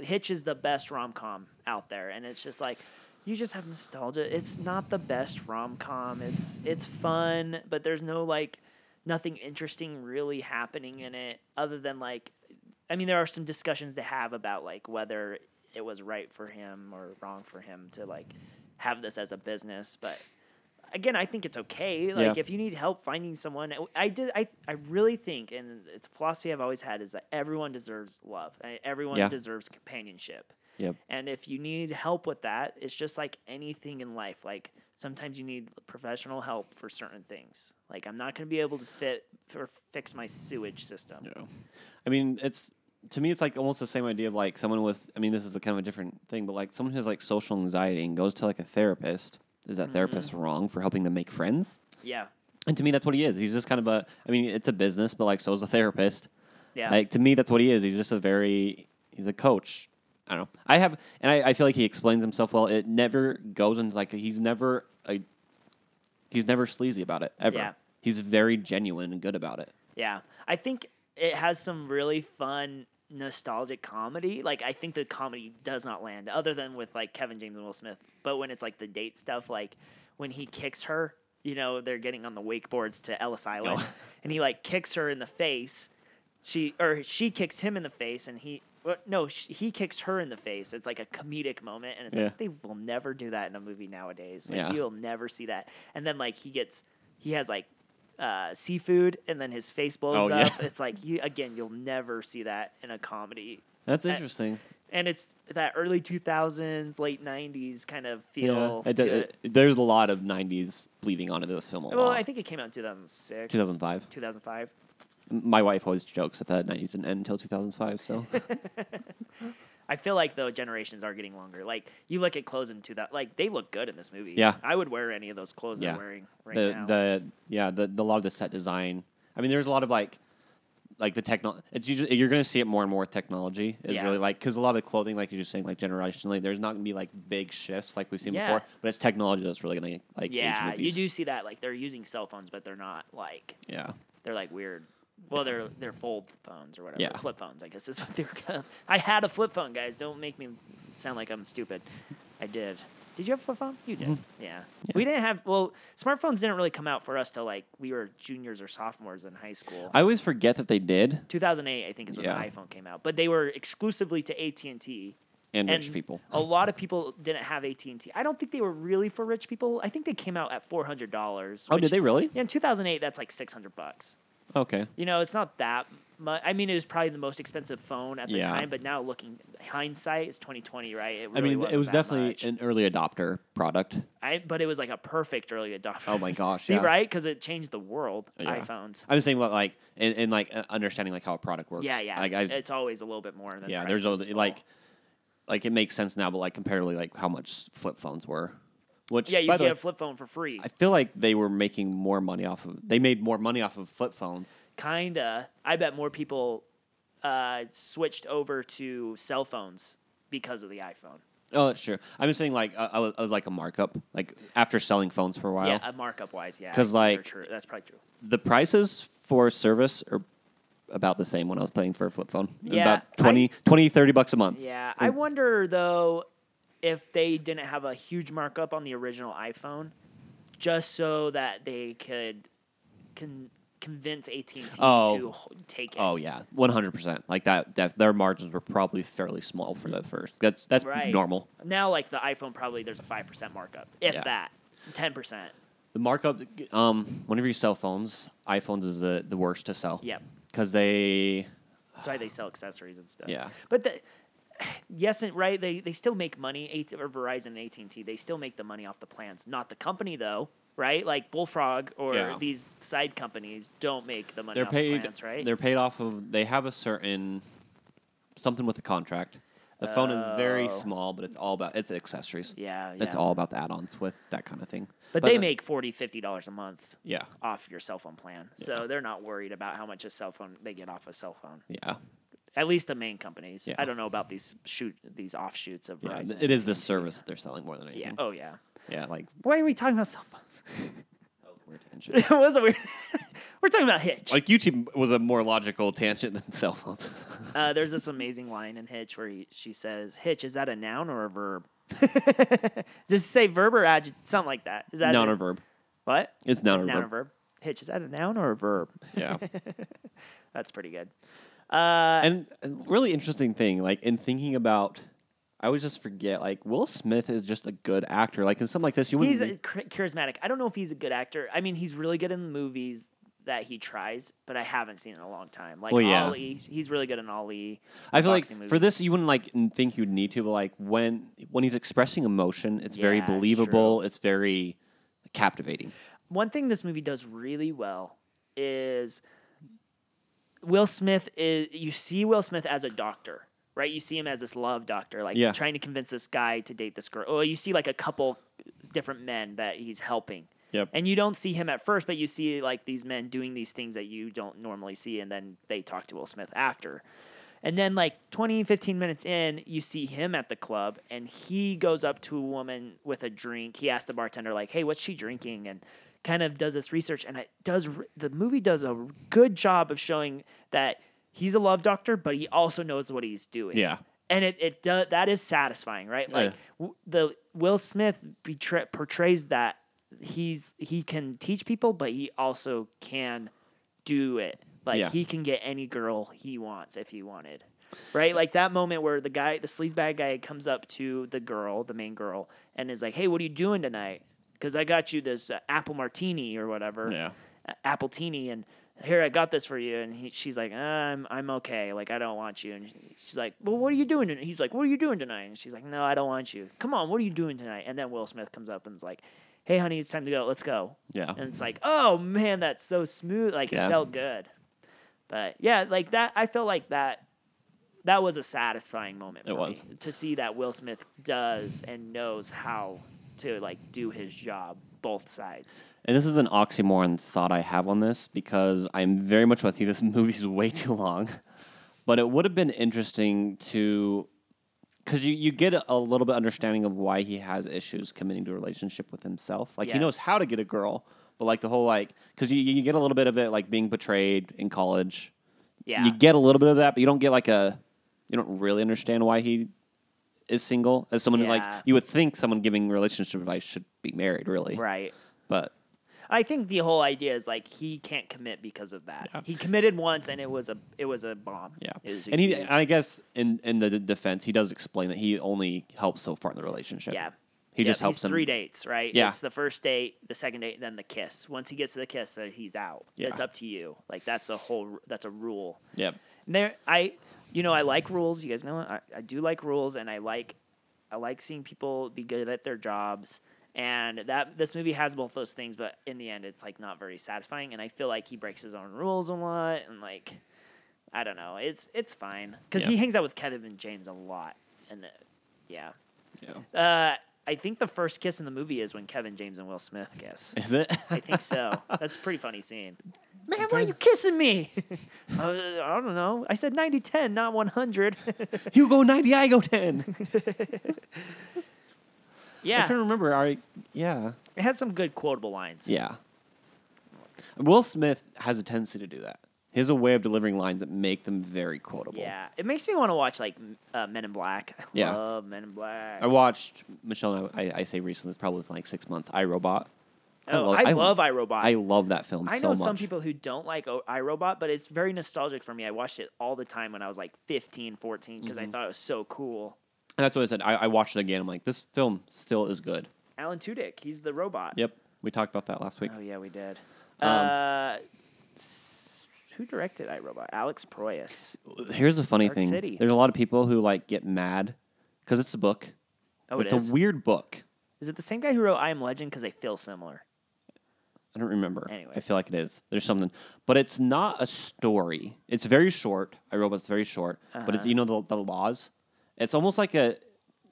[SPEAKER 2] Hitch is the best rom com out there, and it's just like. You just have nostalgia. It's not the best rom com. It's it's fun, but there's no like nothing interesting really happening in it other than like I mean, there are some discussions to have about like whether it was right for him or wrong for him to like have this as a business, but again, I think it's okay. Like
[SPEAKER 1] Yeah.
[SPEAKER 2] if you need help finding someone, I did. I I really think, and it's a philosophy I've always had is that everyone deserves love. and Everyone
[SPEAKER 1] Yeah.
[SPEAKER 2] deserves companionship.
[SPEAKER 1] Yep.
[SPEAKER 2] And if you need help with that, it's just like anything in life. Like sometimes you need professional help for certain things. Like I'm not going to be able to fit or fix my sewage system.
[SPEAKER 1] Yeah. I mean, it's to me, it's like almost the same idea of like someone with. I mean, this is a kind of a different thing, but like someone who has like social anxiety and goes to like a therapist. Is that therapist
[SPEAKER 2] Mm-hmm.
[SPEAKER 1] wrong for helping them make friends?
[SPEAKER 2] Yeah.
[SPEAKER 1] And to me, that's what he is. He's just kind of a. I mean, it's a business, but like so is a therapist.
[SPEAKER 2] Yeah.
[SPEAKER 1] Like to me, that's what he is. He's just a very. He's a coach. I don't know. I have, and I, I feel like he explains himself well. It never goes into like he's never a. He's never sleazy about it ever.
[SPEAKER 2] Yeah.
[SPEAKER 1] He's very genuine and good about it.
[SPEAKER 2] Yeah. I think it has some really fun nostalgic comedy. Like I think the comedy does not land other than with like Kevin James and Will Smith. But when it's like the date stuff, like when he kicks her, you know, they're getting on the wakeboards to Ellis Island and he like kicks her in the face. She or she kicks him in the face and he well, no, sh- he kicks her in the face. It's like a comedic moment, and it's
[SPEAKER 1] Yeah.
[SPEAKER 2] like they will never do that in a movie nowadays. Like
[SPEAKER 1] Yeah.
[SPEAKER 2] you'll never see that. And then like he gets, he has like uh, seafood, and then his face blows
[SPEAKER 1] Oh, yeah.
[SPEAKER 2] up. It's like you again, you'll never see that in a comedy,
[SPEAKER 1] That's
[SPEAKER 2] I-
[SPEAKER 1] interesting.
[SPEAKER 2] and it's that early two thousands, late nineties kind of feel. to
[SPEAKER 1] it, does-
[SPEAKER 2] it.
[SPEAKER 1] it- there's a lot of '90s bleeding onto this film. A
[SPEAKER 2] Well,
[SPEAKER 1] lot.
[SPEAKER 2] I think it came out in two thousand six,
[SPEAKER 1] 2005.
[SPEAKER 2] two thousand five.
[SPEAKER 1] My wife always jokes that the '90s didn't end until 2005. So
[SPEAKER 2] I feel like though generations are getting longer. Like you look at clothes in two thousand, like they look good in this movie.
[SPEAKER 1] Yeah.
[SPEAKER 2] I would wear any of those clothes
[SPEAKER 1] Yeah.
[SPEAKER 2] they're wearing right
[SPEAKER 1] the
[SPEAKER 2] now.
[SPEAKER 1] the yeah the, the a lot of the set design. I mean, there's a lot of like like the techno. It's usually, you're going to see it more and more. with Technology is
[SPEAKER 2] Yeah.
[SPEAKER 1] really like because a lot of the clothing, like you're just saying, like generationally, there's not going to be like big shifts like we've seen
[SPEAKER 2] Yeah.
[SPEAKER 1] before. But it's technology that's really going to like age
[SPEAKER 2] yeah,
[SPEAKER 1] movies.
[SPEAKER 2] you do see that. Like they're using cell phones, but they're not like
[SPEAKER 1] Yeah,
[SPEAKER 2] They're like weird. Well, they're they're fold phones or whatever.
[SPEAKER 1] Yeah.
[SPEAKER 2] Flip phones, I guess is what they were called. I had a flip phone, guys. Don't make me sound like I'm stupid. I did. Did you have a flip phone? You did.
[SPEAKER 1] Mm-hmm.
[SPEAKER 2] Yeah. We didn't have. Well, smartphones didn't really come out for us till like we were juniors or sophomores in high school.
[SPEAKER 1] I always forget that they did
[SPEAKER 2] 2008, I think, is when
[SPEAKER 1] Yeah.
[SPEAKER 2] the iPhone came out. But they were exclusively to AT and T.
[SPEAKER 1] and,
[SPEAKER 2] And oh,
[SPEAKER 1] rich people.
[SPEAKER 2] a lot of people didn't have AT and I don't think they were really for rich people. I think they came out at four hundred dollars.
[SPEAKER 1] Oh, did they really?
[SPEAKER 2] Yeah, in 2008, that's like 600 bucks.
[SPEAKER 1] Okay.
[SPEAKER 2] You know, it's not that much. I mean, it was probably the most expensive phone at the
[SPEAKER 1] Yeah.
[SPEAKER 2] time, but now looking hindsight is 2020, right? It
[SPEAKER 1] I
[SPEAKER 2] really
[SPEAKER 1] mean, th-
[SPEAKER 2] wasn't
[SPEAKER 1] it was
[SPEAKER 2] that
[SPEAKER 1] definitely
[SPEAKER 2] much.
[SPEAKER 1] an early adopter product.
[SPEAKER 2] I, but it was like a perfect early adopter.
[SPEAKER 1] Oh my gosh,
[SPEAKER 2] See,
[SPEAKER 1] yeah.
[SPEAKER 2] Right? Because it changed the world.
[SPEAKER 1] Yeah.
[SPEAKER 2] iPhones.
[SPEAKER 1] I'm saying what, like and, and like uh, understanding like how a product works.
[SPEAKER 2] Yeah, yeah.
[SPEAKER 1] Like I
[SPEAKER 2] it's always a little bit more than
[SPEAKER 1] yeah,
[SPEAKER 2] price
[SPEAKER 1] there's
[SPEAKER 2] is
[SPEAKER 1] all the-
[SPEAKER 2] small.
[SPEAKER 1] like like it makes sense now, but like comparatively like how much flip phones were, which
[SPEAKER 2] yeah, you
[SPEAKER 1] by
[SPEAKER 2] get
[SPEAKER 1] the way,
[SPEAKER 2] a flip phone for free.
[SPEAKER 1] I feel like they were making more money off of. They made more money off of flip phones.
[SPEAKER 2] kinda. I bet more people uh, switched over to cell phones because of the iPhone.
[SPEAKER 1] Oh, that's true. I'm just saying like I, I was, I was like a markup like after selling phones for a while.
[SPEAKER 2] Yeah, uh, markup wise, yeah. I think
[SPEAKER 1] 'Cause,
[SPEAKER 2] you're
[SPEAKER 1] like,
[SPEAKER 2] true. that's probably true.
[SPEAKER 1] The prices for service are about the same when I was paying for a flip phone.
[SPEAKER 2] Yeah,
[SPEAKER 1] about
[SPEAKER 2] I-
[SPEAKER 1] 20, 20 30 bucks a month.
[SPEAKER 2] Yeah, I wonder though if they didn't have a huge markup on the original iPhone, just so that they could con- convince AT and T to
[SPEAKER 1] Oh.
[SPEAKER 2] h- take it.
[SPEAKER 1] Oh yeah, one hundred percent. Like that, that, their margins were probably fairly small for the first. That's that's
[SPEAKER 2] right.
[SPEAKER 1] normal.
[SPEAKER 2] Now, like the iPhone, probably there's a five percent markup, if
[SPEAKER 1] Yeah.
[SPEAKER 2] that, ten percent.
[SPEAKER 1] The markup, um, whenever you sell phones, iPhones is the, the worst to sell.
[SPEAKER 2] Yep.
[SPEAKER 1] Because they,
[SPEAKER 2] That's why they sell accessories and stuff.
[SPEAKER 1] Yeah.
[SPEAKER 2] but the. Yes, and right. They they still make money. Eight or Verizon and AT and T. They still make the money off the plans, not the company though. Right, like Bullfrog or
[SPEAKER 1] Yeah.
[SPEAKER 2] these side companies don't make the money.
[SPEAKER 1] they're
[SPEAKER 2] off
[SPEAKER 1] paid.
[SPEAKER 2] The plans, right.
[SPEAKER 1] They're paid off of. They have a certain something with the contract. The phone is very
[SPEAKER 2] Oh.
[SPEAKER 1] small, but it's all about it's accessories.
[SPEAKER 2] Yeah, yeah.
[SPEAKER 1] It's all about the add-ons with that kind of thing.
[SPEAKER 2] But, they
[SPEAKER 1] the-
[SPEAKER 2] make 40 dollars a month
[SPEAKER 1] Yeah,
[SPEAKER 2] off your cell phone plan, so
[SPEAKER 1] Yeah.
[SPEAKER 2] they're not worried about how much a cell phone they get off a cell phone.
[SPEAKER 1] yeah,
[SPEAKER 2] At least the main companies. I
[SPEAKER 1] Yeah.
[SPEAKER 2] don't know about these shoot these offshoots of
[SPEAKER 1] yeah.
[SPEAKER 2] Verizon.
[SPEAKER 1] It is the service that they're selling more than
[SPEAKER 2] Yeah.
[SPEAKER 1] anything.
[SPEAKER 2] Oh yeah.
[SPEAKER 1] Yeah, like
[SPEAKER 2] Why are we talking about cell phones?
[SPEAKER 1] weird tangent.
[SPEAKER 2] it was a weird. We're talking about Hitch.
[SPEAKER 1] like YouTube was a more logical tangent than cell phones.
[SPEAKER 2] Uh, there's this amazing line in Hitch where he, she says, "Hitch, is that a noun or a verb?" Just say verb or adjective, something like that. Is that
[SPEAKER 1] noun
[SPEAKER 2] a-
[SPEAKER 1] or verb?
[SPEAKER 2] What?
[SPEAKER 1] It's noun or
[SPEAKER 2] Noun or
[SPEAKER 1] verb.
[SPEAKER 2] verb. Hitch, is that a noun or a verb?
[SPEAKER 1] Yeah.
[SPEAKER 2] That's pretty good. Uh,
[SPEAKER 1] and a really interesting thing, like in thinking about, I always just forget. Like Will Smith is just a good actor. Like in something like this, you wouldn't.
[SPEAKER 2] he's uh, char- charismatic. I don't know if he's a good actor. I mean, he's really good in movies that he tries, but I haven't seen in a long time. Like
[SPEAKER 1] Well, yeah.
[SPEAKER 2] Ali, he's really good in Ali.
[SPEAKER 1] I feel like
[SPEAKER 2] boxing
[SPEAKER 1] for
[SPEAKER 2] movies.
[SPEAKER 1] this, you wouldn't like n- think you'd need to, but like when when he's expressing emotion, it's very
[SPEAKER 2] Yeah, it's
[SPEAKER 1] believable. It's very captivating.
[SPEAKER 2] One thing this movie does really well is Will Smith is you see Will Smith as a doctor, right? You see him as this love doctor, like
[SPEAKER 1] Yeah.
[SPEAKER 2] trying to convince this guy to date this girl. Or you see like a couple different men that he's helping.
[SPEAKER 1] Yep.
[SPEAKER 2] And you don't see him at first, but you see like these men doing these things that you don't normally see, and then they talk to Will Smith after. And then like 20, 15 minutes in, you see him at the club and he goes up to a woman with a drink. He asks the bartender, like, hey, what's she drinking? And kind of does this research. And it does r- the movie does a good job of showing that he's a love doctor, but he also knows what he's doing
[SPEAKER 1] Yeah.
[SPEAKER 2] and it it does that is satisfying, right? Like
[SPEAKER 1] Yeah.
[SPEAKER 2] w- the Will Smith betra- portrays that he's he can teach people, but he also can do it. Like
[SPEAKER 1] Yeah.
[SPEAKER 2] he can get any girl he wants if he wanted, right? Like that moment where the guy, the sleazebag guy, comes up to the girl, the main girl, and is like, "Hey, what are you doing tonight? Because I got you this uh, apple martini or whatever."
[SPEAKER 1] Yeah.
[SPEAKER 2] a- apple teeny and here I got this for you and he, she's like uh, I'm I'm okay like I don't want you and she's like well what are you doing tonight? he's like what are you doing tonight and she's like no I don't want you come on what are you doing tonight and then Will Smith comes up and is like hey honey it's time to go let's go
[SPEAKER 1] Yeah.
[SPEAKER 2] and it's like oh man that's so smooth like it
[SPEAKER 1] Yeah.
[SPEAKER 2] felt good but yeah like that I felt like that that was a satisfying moment
[SPEAKER 1] It
[SPEAKER 2] for
[SPEAKER 1] was.
[SPEAKER 2] me, to see that Will Smith does and knows how to like do his job both sides
[SPEAKER 1] And this is an oxymoron thought I have on this because I'm very much with you. This movie's way too long, but it would have been interesting to, because you, you get a little bit understanding of why he has issues committing to a relationship with himself. Like he knows
[SPEAKER 2] Yes.
[SPEAKER 1] how to get a girl, but like the whole like, because you you get a little bit of it like being betrayed in college.
[SPEAKER 2] yeah
[SPEAKER 1] You get a little bit of that, but you don't get like a, you don't really understand why he is single as someone who like
[SPEAKER 2] Yeah.
[SPEAKER 1] you would think someone giving relationship advice should be married, really.
[SPEAKER 2] Right.
[SPEAKER 1] But
[SPEAKER 2] I think the whole idea is like he can't commit because of that. He committed once and it was a it was a bomb.
[SPEAKER 1] yeah,
[SPEAKER 2] It was a
[SPEAKER 1] and he, uh,
[SPEAKER 2] huge-
[SPEAKER 1] I guess, in in the d- defense, he does explain that he only helps so far in the relationship.
[SPEAKER 2] yeah.
[SPEAKER 1] he
[SPEAKER 2] Yep,
[SPEAKER 1] just helps
[SPEAKER 2] he's
[SPEAKER 1] him.
[SPEAKER 2] three dates, right?
[SPEAKER 1] Yeah.
[SPEAKER 2] It's the first date, the second date, then the kiss. Once he gets to the kiss, then he's out.
[SPEAKER 1] Yeah.
[SPEAKER 2] It's up to you. Like that's the whole that's a rule.
[SPEAKER 1] Yep.
[SPEAKER 2] And there I you know, I like rules. You guys know I, I do like rules and I like I like seeing people be good at their jobs. And that this movie has both those things, but in the end it's like not very satisfying and I feel like he breaks his own rules a lot and like I don't know. It's it's fine cuz
[SPEAKER 1] Yeah.
[SPEAKER 2] he hangs out with Kevin James a lot and uh, yeah.
[SPEAKER 1] Yeah.
[SPEAKER 2] Uh, I think the first kiss in the movie is when Kevin James and Will Smith kiss.
[SPEAKER 1] Is it?
[SPEAKER 2] I think so. That's a pretty funny scene. Man, why are you kissing me? Uh, I don't know. I said 90 10, not 100.
[SPEAKER 1] you go ninety, I go ten. I
[SPEAKER 2] yeah,
[SPEAKER 1] can't remember. I yeah.
[SPEAKER 2] it has some good quotable lines.
[SPEAKER 1] Yeah. Will Smith has a tendency to do that. He has a way of delivering lines that make them very quotable.
[SPEAKER 2] Yeah. It makes me want to watch like m- uh, Men in Black. I
[SPEAKER 1] Yeah.
[SPEAKER 2] love Men in Black.
[SPEAKER 1] I watched Michelle. and I, I, I say recently, it's probably within like six months. I Robot.
[SPEAKER 2] oh, I, love iRobot.
[SPEAKER 1] I love that film
[SPEAKER 2] I
[SPEAKER 1] so
[SPEAKER 2] know
[SPEAKER 1] much.
[SPEAKER 2] some people who don't like o- iRobot, but it's very nostalgic for me. I watched it all the time when I was like 15, 14 because
[SPEAKER 1] Mm-hmm.
[SPEAKER 2] I thought it was so cool.
[SPEAKER 1] and that's what I said. I, I watched it again. I'm like, this film still is good.
[SPEAKER 2] Alan Tudyk, he's the robot.
[SPEAKER 1] Yep. We talked about that last week.
[SPEAKER 2] Oh yeah, we did.
[SPEAKER 1] Um,
[SPEAKER 2] uh, s- who directed iRobot? Alex Proyas.
[SPEAKER 1] Here's the funny
[SPEAKER 2] Dark
[SPEAKER 1] thing.
[SPEAKER 2] City.
[SPEAKER 1] There's a lot of people who like get mad because it's a book.
[SPEAKER 2] Oh,
[SPEAKER 1] but
[SPEAKER 2] it
[SPEAKER 1] it's
[SPEAKER 2] is.
[SPEAKER 1] a weird book.
[SPEAKER 2] is it the same guy who wrote I Am Legend? Because they feel similar.
[SPEAKER 1] I don't remember. I
[SPEAKER 2] Anyways.
[SPEAKER 1] feel like it is. There's something, but it's not a story. It's very short. I wrote it's very short, but
[SPEAKER 2] Uh-huh.
[SPEAKER 1] it's you know the, the laws. It's almost like a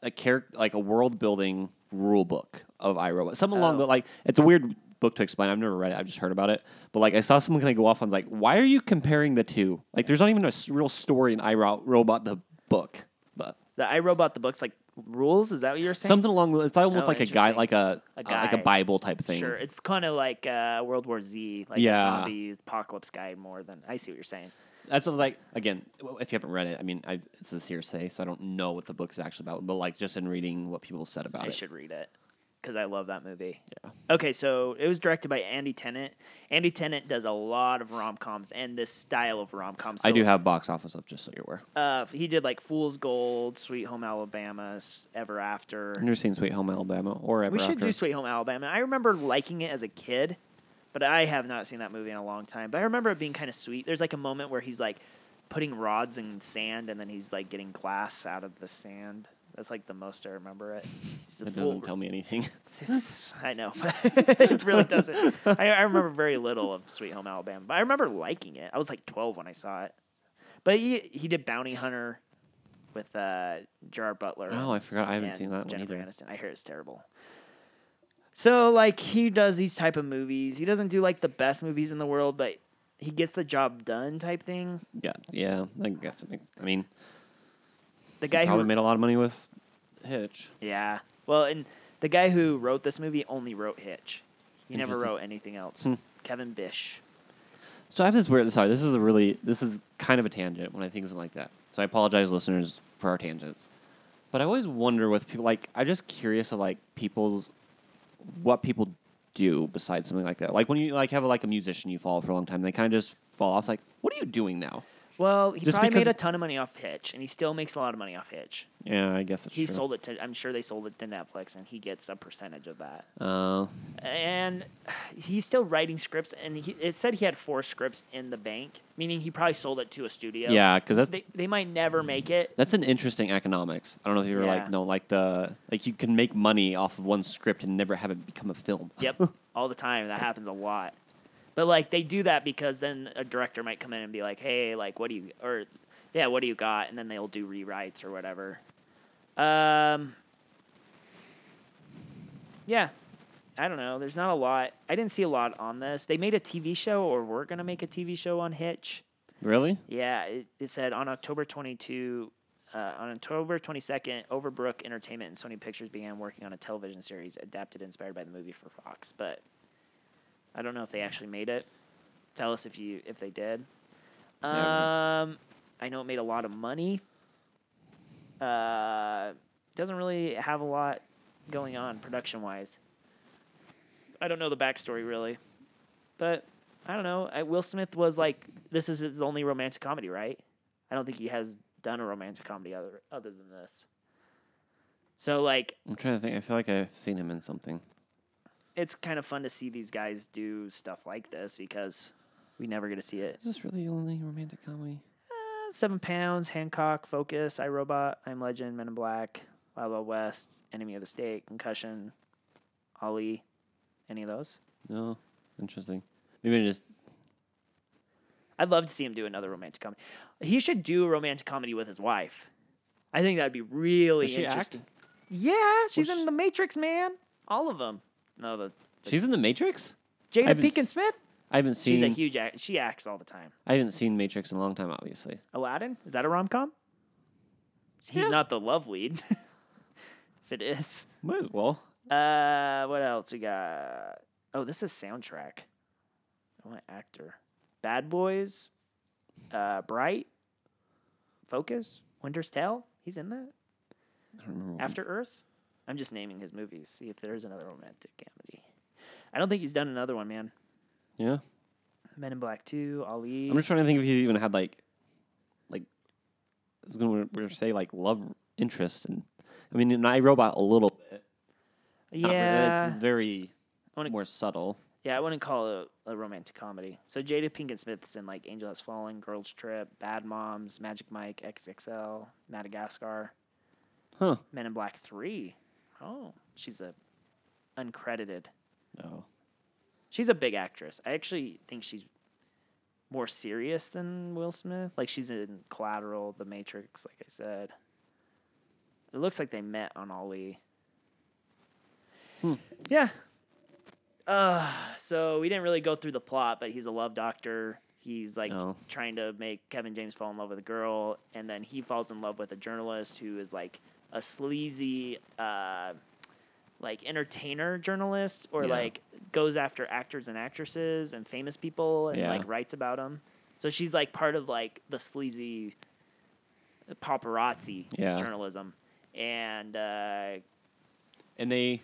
[SPEAKER 1] a character like a world building rule book of iRobot. Something along
[SPEAKER 2] Oh.
[SPEAKER 1] the like. It's a weird book to explain. I've never read it. I've just heard about it. But like I saw someone kind of go off on like, why are you comparing the two? Like there's not even a s- real story in iRobot the book, but
[SPEAKER 2] The iRobot, the book's like rules. Is that what you're saying?
[SPEAKER 1] something along. the It's almost
[SPEAKER 2] Oh,
[SPEAKER 1] like a guy
[SPEAKER 2] interesting.
[SPEAKER 1] like a,
[SPEAKER 2] A
[SPEAKER 1] uh, like a
[SPEAKER 2] guide.
[SPEAKER 1] Bible type thing.
[SPEAKER 2] Sure, it's kind of like uh, World War Z, like
[SPEAKER 1] Yeah.
[SPEAKER 2] the zombie apocalypse guy more than I see what you're saying.
[SPEAKER 1] That's what, like again, w- if you haven't read it, I mean, I, it's this hearsay, so I don't know what the book is actually about. But like just in reading what people said about
[SPEAKER 2] I
[SPEAKER 1] it,
[SPEAKER 2] should read it because I love that movie. Yeah. Okay, so it was directed by Andy Tennant. Andy Tennant does a lot of rom coms and this style of rom coms.
[SPEAKER 1] I do have box office up just so you're aware.
[SPEAKER 2] Uh, he did like Fool's Gold, Sweet Home Alabama, S- Ever After.
[SPEAKER 1] I've never seen Sweet Home Alabama or Ever
[SPEAKER 2] We should
[SPEAKER 1] After.
[SPEAKER 2] do Sweet Home Alabama. I remember liking it as a kid, but I have not seen that movie in a long time. But I remember it being kind of sweet. There's like a moment where he's like putting rods in sand, and then he's like getting glass out of the sand. That's like the most I remember it. He's the
[SPEAKER 1] that
[SPEAKER 2] fool-
[SPEAKER 1] doesn't tell me anything.
[SPEAKER 2] I know, but it really doesn't. I, I remember very little of Sweet Home Alabama, but I remember liking it. I was like 12 when I saw it. But he he did Bounty Hunter with uh, Gerard Butler.
[SPEAKER 1] oh, I forgot. I haven't
[SPEAKER 2] and
[SPEAKER 1] seen that
[SPEAKER 2] Jennifer
[SPEAKER 1] one either.
[SPEAKER 2] Aniston. I hear it's terrible. So like he does these type of movies. He doesn't do like the best movies in the world, but he gets the job done type thing.
[SPEAKER 1] Yeah, yeah. I guess it makes. I mean,
[SPEAKER 2] The guy
[SPEAKER 1] probably
[SPEAKER 2] who
[SPEAKER 1] made a lot of money with Hitch.
[SPEAKER 2] yeah, well, and the guy who wrote this movie only wrote Hitch. He never
[SPEAKER 1] Interesting. Hmm.
[SPEAKER 2] wrote anything else. Kevin Bish.
[SPEAKER 1] So I have this weird. Sorry, this is a really. This is kind of a tangent when I think something like that. So I apologize, listeners, for our tangents. But I always wonder with people like I'm just curious of like people's what people do besides something like that. Like when you like have like a musician you follow for a long time, they kind of just fall off. It's like, what are you doing now?
[SPEAKER 2] Well, he
[SPEAKER 1] Just
[SPEAKER 2] probably
[SPEAKER 1] because-
[SPEAKER 2] made a ton of money off Hitch, and he still makes a lot of money off Hitch.
[SPEAKER 1] Yeah, I guess it's
[SPEAKER 2] He
[SPEAKER 1] true.
[SPEAKER 2] sold it to, I'm sure they sold it to Netflix, and he gets a percentage of that.
[SPEAKER 1] Uh,
[SPEAKER 2] And he's still writing scripts, and he, it said he had four scripts in the bank, meaning he probably sold it to a studio.
[SPEAKER 1] yeah, because that's
[SPEAKER 2] They, they might never make it.
[SPEAKER 1] that's an interesting economics. I don't know if you were
[SPEAKER 2] Yeah.
[SPEAKER 1] like no, like the like you can make money off of one script and never have it become a film.
[SPEAKER 2] Yep, all the time. That happens a lot. But, like, they do that because then a director might come in and be like, hey, like, what do you, or, yeah, what do you got? And then they'll do rewrites or whatever. Um, yeah, I don't know. There's not a lot. I didn't see a lot on this. They made a TV show, or were going to make a TV show on Hitch.
[SPEAKER 1] Really?
[SPEAKER 2] Yeah, it, it said on October 22, uh, on October 22nd, Overbrook Entertainment and Sony Pictures began working on a television series adapted and inspired by the movie for Fox. But I don't know if they actually made it. Tell us if you if they did.
[SPEAKER 1] don't know.
[SPEAKER 2] Um, I know it made a lot of money. Uh, doesn't really have a lot going on production wise. I don't know the backstory really, but I don't know. I, Will Smith was like, this is his only romantic comedy, right? I don't think he has done a romantic comedy other other than this. So like,
[SPEAKER 1] I'm trying to think. I feel like I've seen him in something.
[SPEAKER 2] it's kind of fun to see these guys do stuff like this because we never get to see it.
[SPEAKER 1] Is this really only romantic comedy?
[SPEAKER 2] Uh, Seven Pounds, Hancock, Focus, I Robot, I'm Legend, Men in Black, Wild Wild West, Enemy of the State, Concussion, Ali, any of those?
[SPEAKER 1] No. Interesting. Maybe I just
[SPEAKER 2] I'd love to see him do another romantic comedy. He should do a romantic comedy with his wife. I think that'd be really
[SPEAKER 1] Does she act?
[SPEAKER 2] interesting. Yeah, she's
[SPEAKER 1] Well,
[SPEAKER 2] in The Matrix, man. All of them. No, the, the
[SPEAKER 1] she's in the Matrix. I
[SPEAKER 2] Jada
[SPEAKER 1] haven't
[SPEAKER 2] Pinkett
[SPEAKER 1] s-
[SPEAKER 2] Smith.
[SPEAKER 1] I haven't
[SPEAKER 2] She's a
[SPEAKER 1] seen.
[SPEAKER 2] huge act. She acts all the time.
[SPEAKER 1] I haven't seen Matrix in a long time. Obviously,
[SPEAKER 2] Aladdin? Is that a rom com? He's
[SPEAKER 1] Yeah.
[SPEAKER 2] not the love lead. if it is.
[SPEAKER 1] might as well.
[SPEAKER 2] Uh, what else we got? Oh, this is soundtrack. I want actor. Bad Boys, uh, Bright, Focus, Winter's Tale. He's in that.
[SPEAKER 1] Mm-hmm. I don't remember.
[SPEAKER 2] After Earth. I'm just naming his movies. See if there's another romantic comedy. I don't think he's done another one, man.
[SPEAKER 1] Yeah.
[SPEAKER 2] Men in Black Two, Ali.
[SPEAKER 1] I'm just trying to think if he even had like, like, I was going to say like love interest and, I mean, in iRobot a little bit. Not really-
[SPEAKER 2] yeah,
[SPEAKER 1] it's very
[SPEAKER 2] wanna-
[SPEAKER 1] more subtle.
[SPEAKER 2] Yeah, I wouldn't call it a, a romantic comedy. So Jada Pinkett Smith's in like Angel Has Fallen, Girls Trip, Bad Moms, Magic Mike, XXL, Madagascar,
[SPEAKER 1] Huh.
[SPEAKER 2] Men in Black Three. Oh, she's a uncredited.
[SPEAKER 1] No.
[SPEAKER 2] She's a big actress. I actually think she's more serious than Will Smith. Like she's in Collateral, The Matrix, like I said. It looks like they met on Ollie. Yeah. Uh, so we didn't really go through the plot, but he's a love doctor. He's like
[SPEAKER 1] Oh.
[SPEAKER 2] trying to make Kevin James fall in love with a girl, and then he falls in love with a journalist who is like a sleazy, uh, like entertainer journalist, or
[SPEAKER 1] Yeah.
[SPEAKER 2] like goes after actors and actresses and famous people and
[SPEAKER 1] Yeah.
[SPEAKER 2] like writes about them. So she's like part of like the sleazy paparazzi
[SPEAKER 1] Yeah.
[SPEAKER 2] journalism, and uh,
[SPEAKER 1] And they,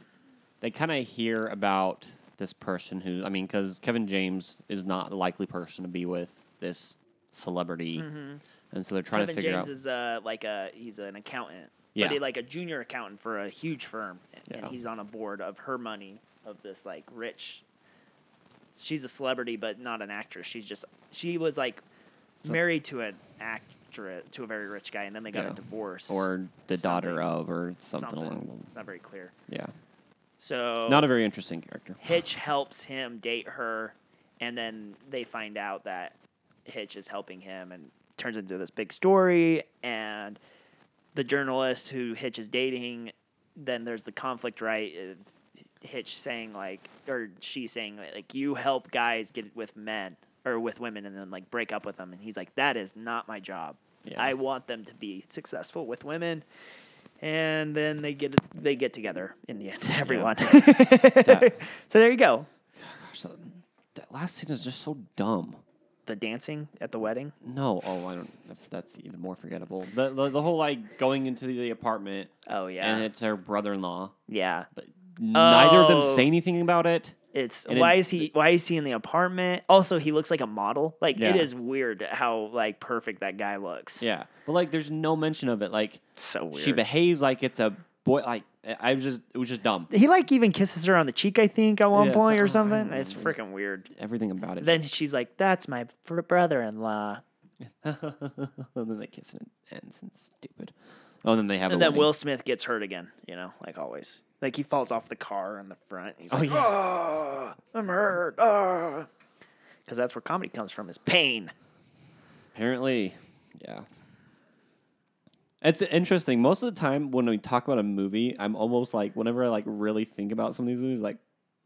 [SPEAKER 1] they kind of hear about this person who, I mean, because Kevin James is not the likely person to be with this celebrity. And so they're trying
[SPEAKER 2] Mm-hmm. Kevin
[SPEAKER 1] to figure
[SPEAKER 2] James
[SPEAKER 1] out.
[SPEAKER 2] is uh, like a he's an accountant,
[SPEAKER 1] Yeah.
[SPEAKER 2] but he, like a junior accountant for a huge firm, and, and
[SPEAKER 1] Yeah.
[SPEAKER 2] he's on a board of her money of this like rich. She's a celebrity, but not an actress. She's just she was like married to an actor to a very rich guy, and then they got
[SPEAKER 1] Yeah.
[SPEAKER 2] a divorce
[SPEAKER 1] or the daughter
[SPEAKER 2] something- Oh.
[SPEAKER 1] of, or something, along
[SPEAKER 2] It's not very clear.
[SPEAKER 1] the Yeah.
[SPEAKER 2] So
[SPEAKER 1] Not a very interesting character.
[SPEAKER 2] Hitch helps him date her, and then they find out that Hitch is helping him, and turns into this big story. And the journalist who Hitch is dating, then there's the conflict, right? Of Hitch saying like, or she saying like, you help guys get with men or with women, and then like break up with them, and he's like, that is not my job.
[SPEAKER 1] Yeah.
[SPEAKER 2] I want them to be successful with women. And then they get they get together in the end, everyone. so there you go.
[SPEAKER 1] Gosh, that, that last scene is just so dumb.
[SPEAKER 2] The dancing at the wedding.
[SPEAKER 1] No, oh, I don't. If that's even more forgettable. The, the the whole like going into the apartment
[SPEAKER 2] Oh yeah,
[SPEAKER 1] and it's her brother-in-law,
[SPEAKER 2] yeah.
[SPEAKER 1] but neither of them
[SPEAKER 2] Oh.
[SPEAKER 1] say anything about it.
[SPEAKER 2] It's
[SPEAKER 1] And
[SPEAKER 2] why
[SPEAKER 1] it-
[SPEAKER 2] is he why is he in the apartment? Also, he looks like a model. Like
[SPEAKER 1] Yeah.
[SPEAKER 2] it is weird how like perfect that guy looks.
[SPEAKER 1] Yeah, but like there's no mention of it. Like
[SPEAKER 2] so weird.
[SPEAKER 1] she behaves like it's a boy. Like I I was just it was just dumb.
[SPEAKER 2] he like even kisses her on the cheek, I think, at one
[SPEAKER 1] Yeah,
[SPEAKER 2] point or
[SPEAKER 1] so- I don't
[SPEAKER 2] something.
[SPEAKER 1] know.
[SPEAKER 2] It's
[SPEAKER 1] It's-
[SPEAKER 2] freaking weird.
[SPEAKER 1] Everything about it.
[SPEAKER 2] Then she's like, "That's my fr- brother-in-law,"
[SPEAKER 1] and then they kiss and it ends and it's stupid. Oh, and then they have
[SPEAKER 2] and
[SPEAKER 1] a
[SPEAKER 2] then
[SPEAKER 1] wedding.
[SPEAKER 2] Will Smith gets hurt again. You know, like always. Like he falls off the car in the front. He's
[SPEAKER 1] Oh
[SPEAKER 2] like,
[SPEAKER 1] yeah,
[SPEAKER 2] "Ah, "I'm hurt," because that's where comedy comes from is pain.
[SPEAKER 1] Apparently, yeah. It's interesting. Most of the time when we talk about a movie, I'm almost like whenever I like really think about some of these movies, like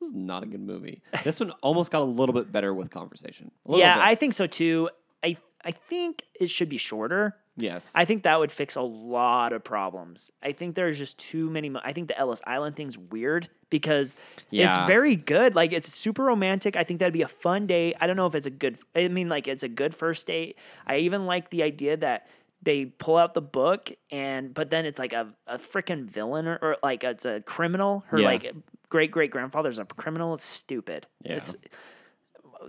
[SPEAKER 1] this is not a good movie. This one almost got a little bit better with conversation. A little
[SPEAKER 2] Yeah,
[SPEAKER 1] bit.
[SPEAKER 2] I think so too. I I think it should be shorter.
[SPEAKER 1] yes,
[SPEAKER 2] I think that would fix a lot of problems. I think there's just too many. Mo- I think the Ellis Island thing's weird because
[SPEAKER 1] Yeah.
[SPEAKER 2] it's very good. Like it's super romantic. I think that'd be a fun date. I don't know if it's a good. I mean, like it's a good first date. I even like the idea that they pull out the book and but then it's like a, a freaking villain or, or like it's a criminal her
[SPEAKER 1] Yeah.
[SPEAKER 2] like great great grandfather's a criminal it's stupid
[SPEAKER 1] Yeah.
[SPEAKER 2] it's,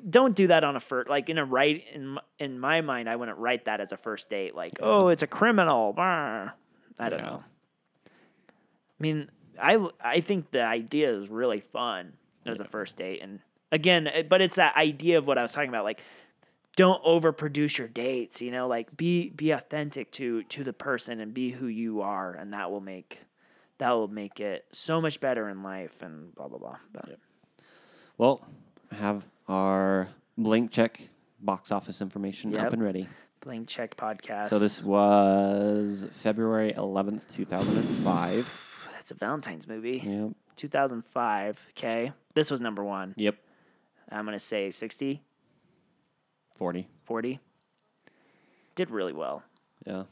[SPEAKER 2] don't do that on a first like in a right in my- in my mind i wouldn't write that as a first date like oh it's a criminal brr. i don't
[SPEAKER 1] Yeah.
[SPEAKER 2] know i mean i i think the idea is really fun as a first date and again it- but it's that idea of what i was talking about like don't overproduce your dates you know like be be authentic to to the person and be who you are and that will make that will make it so much better in life and blah blah blah But-
[SPEAKER 1] Well, I have our blank check box office information
[SPEAKER 2] Yep.
[SPEAKER 1] up and ready.
[SPEAKER 2] blank check podcast
[SPEAKER 1] So this was February 11th, 2005.
[SPEAKER 2] it's a valentine's movie
[SPEAKER 1] Yep.
[SPEAKER 2] 2005 okay this was number one
[SPEAKER 1] Yep.
[SPEAKER 2] i'm gonna say 60
[SPEAKER 1] 40.
[SPEAKER 2] 40 did really well
[SPEAKER 1] Yeah.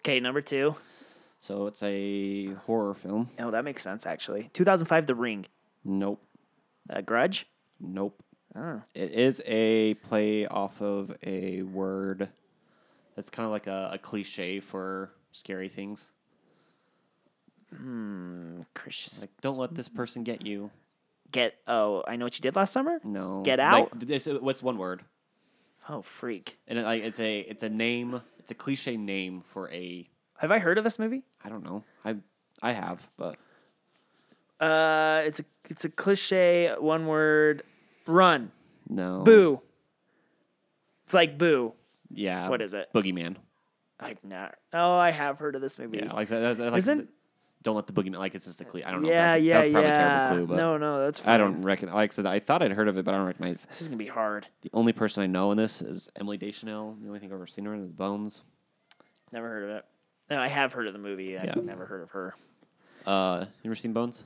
[SPEAKER 2] okay number two
[SPEAKER 1] So it's a horror film.
[SPEAKER 2] oh that makes sense actually 2005 the ring
[SPEAKER 1] Nope.
[SPEAKER 2] uh, grudge
[SPEAKER 1] Nope.
[SPEAKER 2] oh
[SPEAKER 1] It is a play off of a word that's kind of like a, a cliche for scary things.
[SPEAKER 2] Chris,
[SPEAKER 1] Like, don't let this person get you.
[SPEAKER 2] get oh i know what you did last summer
[SPEAKER 1] No.
[SPEAKER 2] Get
[SPEAKER 1] Like,
[SPEAKER 2] out?
[SPEAKER 1] this, what's one word?
[SPEAKER 2] oh freak
[SPEAKER 1] And it, like it's a it's a name. It's a cliche name for a
[SPEAKER 2] have i heard of this movie
[SPEAKER 1] I don't know. I I have, but
[SPEAKER 2] uh it's a it's a cliche one word run
[SPEAKER 1] no.
[SPEAKER 2] boo it's like boo
[SPEAKER 1] Yeah.
[SPEAKER 2] What is it?
[SPEAKER 1] Boogeyman.
[SPEAKER 2] i've not oh i have heard of this movie
[SPEAKER 1] Yeah. Like that. that- that- like,
[SPEAKER 2] Isn't-
[SPEAKER 1] Don't let the boogeyman. Like it's just a cliche. I don't know.
[SPEAKER 2] yeah,
[SPEAKER 1] if
[SPEAKER 2] yeah,
[SPEAKER 1] that's, That's probably
[SPEAKER 2] yeah.
[SPEAKER 1] a terrible clue, but
[SPEAKER 2] no, no, that's fine.
[SPEAKER 1] I don't recognize. Like I said, I thought I'd heard of it, but I don't recognize.
[SPEAKER 2] This is gonna be hard.
[SPEAKER 1] The only person I know in this is Emily Deschanel. The only thing I've ever seen her in is Bones.
[SPEAKER 2] Never heard of it. No, I have heard of the movie. I've
[SPEAKER 1] Yeah.
[SPEAKER 2] never heard of her.
[SPEAKER 1] Uh, you ever seen Bones?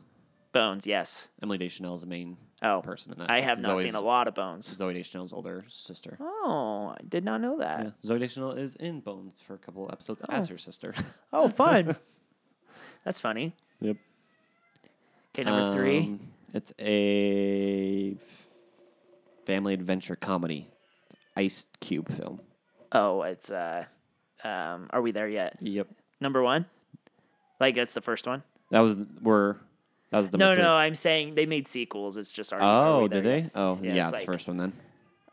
[SPEAKER 2] Bones, yes.
[SPEAKER 1] Emily Deschanel is the main
[SPEAKER 2] Oh,
[SPEAKER 1] person in that.
[SPEAKER 2] I have
[SPEAKER 1] It's
[SPEAKER 2] not seen a
[SPEAKER 1] Zoe's-
[SPEAKER 2] lot of Bones.
[SPEAKER 1] Zoe Deschanel's older sister.
[SPEAKER 2] Oh, I did not know that.
[SPEAKER 1] Yeah, Zoe Deschanel is in Bones for a couple of episodes as her sister.
[SPEAKER 2] Oh, fun. that's funny.
[SPEAKER 1] yep.
[SPEAKER 2] Okay, number three.
[SPEAKER 1] Um, It's a family adventure comedy, Ice Cube film.
[SPEAKER 2] Oh, it's uh, um, are we there yet?
[SPEAKER 1] Yep.
[SPEAKER 2] Number one. Like that's the first one.
[SPEAKER 1] That was were that was the
[SPEAKER 2] No,
[SPEAKER 1] three.
[SPEAKER 2] no, I'm saying they made sequels. It's just are, are
[SPEAKER 1] Oh,
[SPEAKER 2] we
[SPEAKER 1] did
[SPEAKER 2] there
[SPEAKER 1] they?
[SPEAKER 2] yet?
[SPEAKER 1] Oh,
[SPEAKER 2] Yeah,
[SPEAKER 1] yeah,
[SPEAKER 2] it's
[SPEAKER 1] it's,
[SPEAKER 2] like-
[SPEAKER 1] the first one then.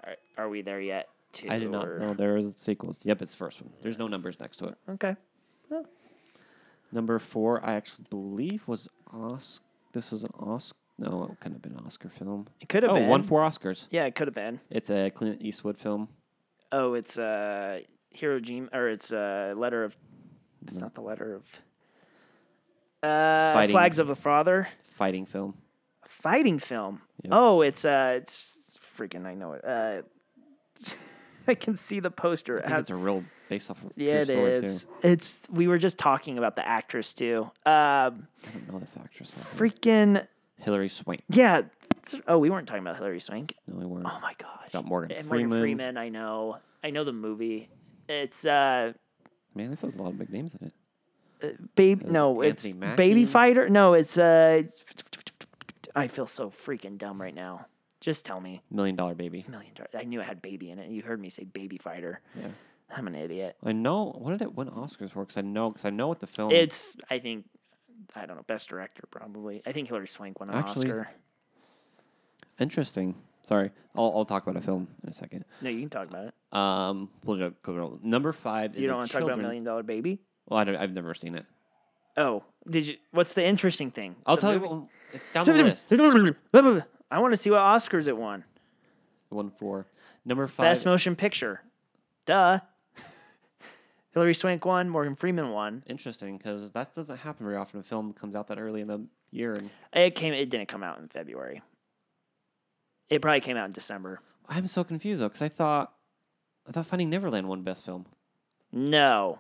[SPEAKER 2] Are, are we there yet? Two
[SPEAKER 1] I did not
[SPEAKER 2] or-
[SPEAKER 1] know there was sequels. Yep, it's the first one. There's no numbers next to it.
[SPEAKER 2] Okay.
[SPEAKER 1] Number four, I actually believe was Oscar. This was an Oscar. No, it could have been an Oscar film.
[SPEAKER 2] It could have
[SPEAKER 1] Oh,
[SPEAKER 2] been
[SPEAKER 1] won four Oscars.
[SPEAKER 2] Yeah, it could have been.
[SPEAKER 1] It's a Clint Eastwood film.
[SPEAKER 2] Oh, it's uh Hirojima or it's a letter of it's not the letter of uh
[SPEAKER 1] Mm. Fighting.
[SPEAKER 2] Flags of a Father
[SPEAKER 1] Fighting film.
[SPEAKER 2] fighting film.
[SPEAKER 1] Yep.
[SPEAKER 2] Oh, it's uh it's freaking I know it. Uh I can see the poster. It
[SPEAKER 1] I think
[SPEAKER 2] has-
[SPEAKER 1] it's a real based off of a
[SPEAKER 2] yeah,
[SPEAKER 1] true
[SPEAKER 2] it
[SPEAKER 1] story
[SPEAKER 2] is.
[SPEAKER 1] too.
[SPEAKER 2] It's we were just talking about the actress too. Um
[SPEAKER 1] I don't know this actress. I think.
[SPEAKER 2] freaking
[SPEAKER 1] Hillary Swank.
[SPEAKER 2] yeah. it's- Oh, we weren't talking about Hilary Swank.
[SPEAKER 1] No, we weren't.
[SPEAKER 2] Oh my gosh.
[SPEAKER 1] Mm. Got Morgan
[SPEAKER 2] And Morgan
[SPEAKER 1] Freeman.
[SPEAKER 2] Freeman, I know. I know the movie. It's uh
[SPEAKER 1] Man, this has a lot of big names in it.
[SPEAKER 2] Baby,
[SPEAKER 1] Was it
[SPEAKER 2] no, it's
[SPEAKER 1] Anthony Mackie?
[SPEAKER 2] Baby Fighter. No, it's uh, I feel so freaking dumb right now. Just tell me,
[SPEAKER 1] Million Dollar Baby.
[SPEAKER 2] million dollars. I knew it had baby in it. You heard me say Baby Fighter.
[SPEAKER 1] Yeah.
[SPEAKER 2] I'm an idiot.
[SPEAKER 1] I know. What did it win Oscars for? Because I know. Because I know what the film.
[SPEAKER 2] It's I think I don't know best director probably. I think Hillary Swank won an
[SPEAKER 1] Actually-
[SPEAKER 2] Oscar.
[SPEAKER 1] interesting. Sorry, I'll, I'll talk about a film in a second.
[SPEAKER 2] No, you can talk about it.
[SPEAKER 1] Um, we'll go- go roll. number five is
[SPEAKER 2] You don't
[SPEAKER 1] a
[SPEAKER 2] want to talk about
[SPEAKER 1] children-
[SPEAKER 2] Million Dollar Baby.
[SPEAKER 1] Well, I don't, I've never seen it.
[SPEAKER 2] Oh, did you? What's the interesting thing?
[SPEAKER 1] I'll
[SPEAKER 2] The
[SPEAKER 1] tell
[SPEAKER 2] movie-
[SPEAKER 1] you. Well, it's down the list.
[SPEAKER 2] I want to see what Oscars it won.
[SPEAKER 1] One four. Number five.
[SPEAKER 2] Best motion picture. Duh. Hillary Swank won. Morgan Freeman won.
[SPEAKER 1] interesting because that doesn't happen very often. A film comes out that early in the year, and
[SPEAKER 2] It came. It didn't come out in February. It probably came out in December.
[SPEAKER 1] I'm so confused though because I thought I thought Finding Neverland won Best Film.
[SPEAKER 2] No.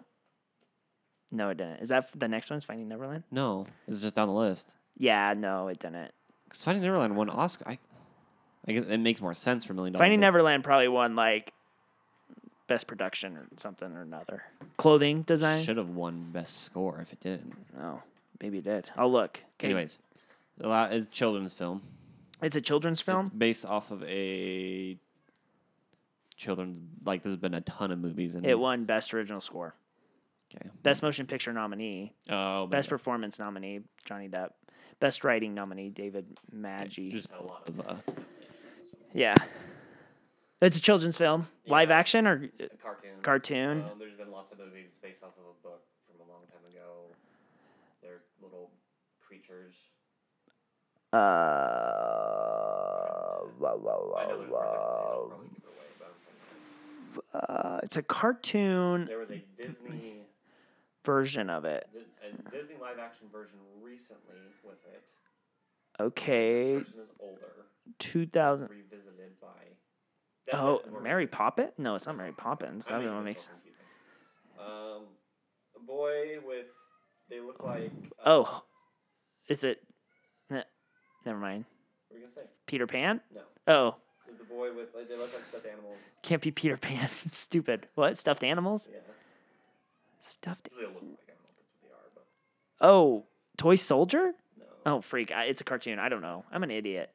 [SPEAKER 2] No, it didn't. Is that the next one's Finding Neverland?
[SPEAKER 1] No, it's just down the list.
[SPEAKER 2] Yeah, no, it didn't.
[SPEAKER 1] Because Finding Neverland won Oscar. I, I guess it makes more sense for Million Dollar.
[SPEAKER 2] Finding
[SPEAKER 1] Baby.
[SPEAKER 2] Neverland probably won like best production or something or another. Clothing design.
[SPEAKER 1] should have won Best Score if it didn't.
[SPEAKER 2] No, maybe it did. I'll look. 'Kay.
[SPEAKER 1] Anyways, the la- is children's film.
[SPEAKER 2] it's a children's film.
[SPEAKER 1] It's based off of a children's like. There's been a ton of movies and
[SPEAKER 2] It won best original score.
[SPEAKER 1] Okay.
[SPEAKER 2] Best Motion Picture nominee,
[SPEAKER 1] Oh,
[SPEAKER 2] Best Performance nominee, Johnny Depp, Best Writing nominee, David Maggi.
[SPEAKER 1] just had a lot of uh,
[SPEAKER 2] yeah, it's a children's film, live action or uh,
[SPEAKER 1] cartoon. Um,
[SPEAKER 2] cartoon.
[SPEAKER 1] there's been lots of movies based off of a book from a long time ago. They're little creatures.
[SPEAKER 2] Uh, uh, it's a cartoon
[SPEAKER 1] There was a Disney
[SPEAKER 2] version of it.
[SPEAKER 1] a Disney live action version recently with it.
[SPEAKER 2] Okay,
[SPEAKER 1] Person is older,
[SPEAKER 2] two thousand.
[SPEAKER 1] revisited by.
[SPEAKER 2] Oh, Mary Poppins? No, it's not Mary Poppins. That one makes.
[SPEAKER 1] Um, a boy with they look like. uh,
[SPEAKER 2] Oh, is it? ne- Never mind.
[SPEAKER 1] What were you gonna say?
[SPEAKER 2] Peter Pan?
[SPEAKER 1] No,
[SPEAKER 2] Oh,
[SPEAKER 1] is the boy with like, they look like stuffed animals.
[SPEAKER 2] can't be Peter Pan. Stupid. What? Stuffed animals?
[SPEAKER 1] Yeah,
[SPEAKER 2] Stuffed.
[SPEAKER 1] they look like I don't know if that's what they are, but
[SPEAKER 2] Oh, toy soldier?
[SPEAKER 1] no.
[SPEAKER 2] Oh, freak. I, it's a cartoon. I don't know. I'm an idiot.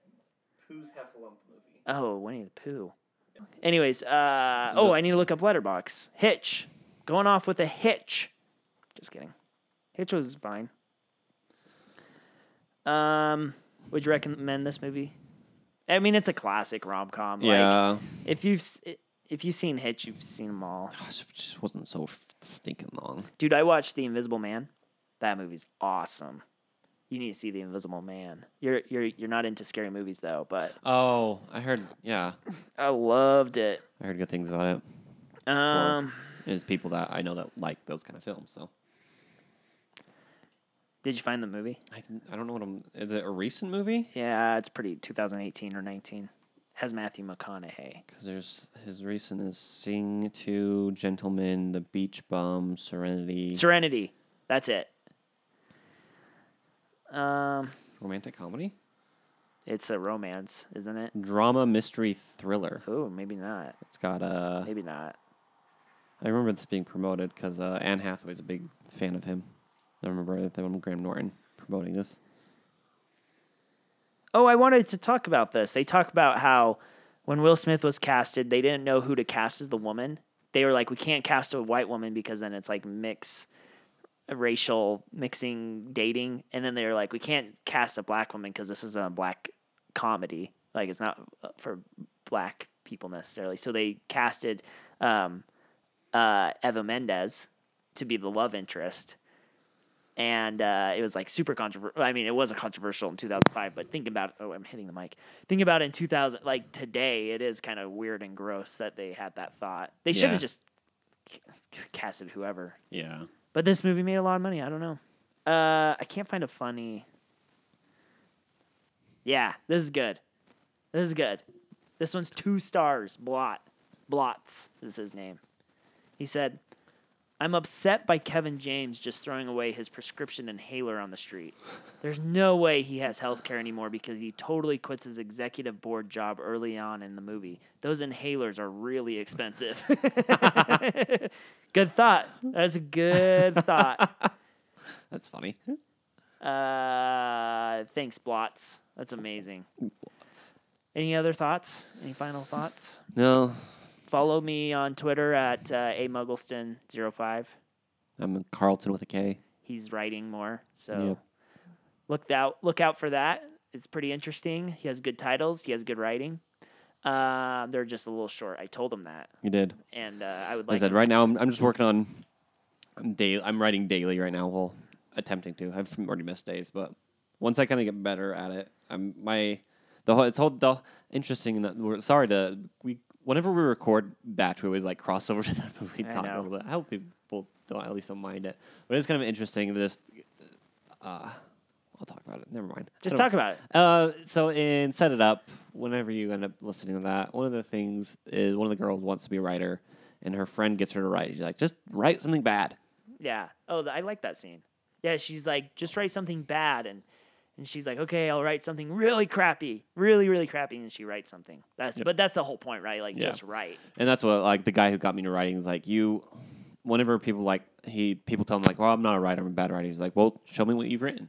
[SPEAKER 1] Who's Heffalump movie?
[SPEAKER 2] Oh, Winnie the Pooh. Anyways, uh, oh, I need to look up Letterbox. Hitch, going off with a hitch. Just kidding. Hitch was fine. Um, would you recommend this movie? I mean, it's a classic rom com. Like, if you've s- if you've seen Hitch, you've seen them all.
[SPEAKER 1] Gosh, it just wasn't so stinking long.
[SPEAKER 2] Dude, I watched The Invisible Man. That movie's awesome. You need to see The Invisible Man. You're you're you're not into scary movies though, but
[SPEAKER 1] Oh, I heard. Yeah,
[SPEAKER 2] I loved it.
[SPEAKER 1] I heard good things about it.
[SPEAKER 2] Um,
[SPEAKER 1] It's people that I know that like those kind of films. So
[SPEAKER 2] did you find the movie?
[SPEAKER 1] I, can- I don't know what I'm. Is it a recent movie?
[SPEAKER 2] Yeah, it's pretty 2018 or 19. Has Matthew McConaughey.
[SPEAKER 1] Because there's his recent is Sing to Gentlemen, The Beach Bum, Serenity,
[SPEAKER 2] Serenity. That's it. Um,
[SPEAKER 1] romantic comedy,
[SPEAKER 2] it's a romance, isn't it?
[SPEAKER 1] drama, mystery, thriller.
[SPEAKER 2] Oh, maybe not.
[SPEAKER 1] It's got uh,
[SPEAKER 2] Maybe not.
[SPEAKER 1] I remember this being promoted because uh, Anne Hathaway's a big fan of him. I remember them Graham Norton promoting this.
[SPEAKER 2] Oh, I wanted to talk about this. They talk about how when Will Smith was casted, they didn't know who to cast as the woman. They were like, we can't cast a white woman because then it's like mix racial mixing dating. And then they were like, we can't cast a black woman because this is a black comedy. Like it's not uh, for black people necessarily. So they casted um, uh, Eva Mendes to be the love interest and uh, it was like super controversial. I mean, it wasn't controversial in 2005, but think about oh, I'm hitting the mic. Think about it in 2000, like today, it is kind of weird and gross that they had that thought. They should
[SPEAKER 1] Yeah.
[SPEAKER 2] have just c- casted whoever.
[SPEAKER 1] Yeah.
[SPEAKER 2] But this movie made a lot of money. I don't know. Uh, I can't find a funny. Yeah, this is good. This is good. This one's two stars. Blot. Blots is his name. He said, I'm upset by Kevin James just throwing away his prescription inhaler on the street. There's no way he has health care anymore because he totally quits his executive board job early on in the movie. Those inhalers are really expensive. good thought. That's a good thought.
[SPEAKER 1] That's funny.
[SPEAKER 2] Uh, thanks, Blots. That's amazing. Any other thoughts? Any final thoughts?
[SPEAKER 1] No,
[SPEAKER 2] Follow me on Twitter at uh, amuggleston05.
[SPEAKER 1] I'm Carlton with a K.
[SPEAKER 2] He's writing more, so
[SPEAKER 1] Yep.
[SPEAKER 2] look out look out for that. It's pretty interesting. He has good titles. He has good writing. Uh, they're just a little short. I told him that,
[SPEAKER 1] You did.
[SPEAKER 2] and uh, I would
[SPEAKER 1] Like I
[SPEAKER 2] like.
[SPEAKER 1] said, right now I'm, I'm just working on I'm daily. I'm writing daily right now. Well, attempting to. I've already missed days, but once I kind of get better at it, I'm my the whole it's whole the interesting. We're, sorry to we whenever we record batch, we always like cross over to that movie
[SPEAKER 2] I
[SPEAKER 1] talk a
[SPEAKER 2] know.
[SPEAKER 1] little bit. I hope people don't at least don't mind it, but it's kind of interesting. This uh, I'll talk about it. Never mind. I
[SPEAKER 2] just
[SPEAKER 1] don't-
[SPEAKER 2] talk about it.
[SPEAKER 1] uh, so in set it up, whenever you end up listening to that, one of the things is one of the girls wants to be a writer, and her friend gets her to write. She's like, just write something bad.
[SPEAKER 2] Yeah. Oh, th- I like that scene. Yeah, she's like, just write something bad, and and she's like, okay, I'll write something really crappy, really really crappy, and she writes something. That's but that's the whole point, right? Like
[SPEAKER 1] Yeah.
[SPEAKER 2] just write.
[SPEAKER 1] And that's what like the guy who got me into writing is like, you. Whenever people like he people tell him like, well, I'm not a writer, I'm a bad writer. He's like, well, show me what you've written.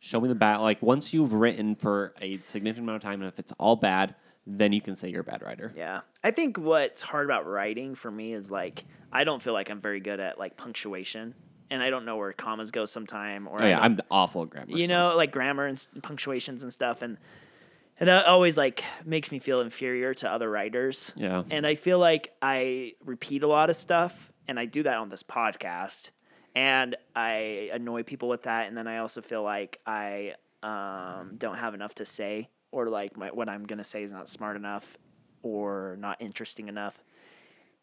[SPEAKER 1] Show me the bad. Like once you've written for a significant amount of time, and if it's all bad, then you can say you're a bad writer.
[SPEAKER 2] Yeah. I think what's hard about writing for me is like I don't feel like I'm very good at like punctuation and I don't know where commas go sometime or
[SPEAKER 1] Oh
[SPEAKER 2] I
[SPEAKER 1] yeah,
[SPEAKER 2] don't-
[SPEAKER 1] I'm awful at grammar.
[SPEAKER 2] you
[SPEAKER 1] so-
[SPEAKER 2] know like grammar and s- punctuations and stuff and and it always like makes me feel inferior to other writers.
[SPEAKER 1] Yeah.
[SPEAKER 2] And I feel like I repeat a lot of stuff and I do that on this podcast and I annoy people with that and then I also feel like I um, don't have enough to say or like my, what I'm going to say is not smart enough or not interesting enough.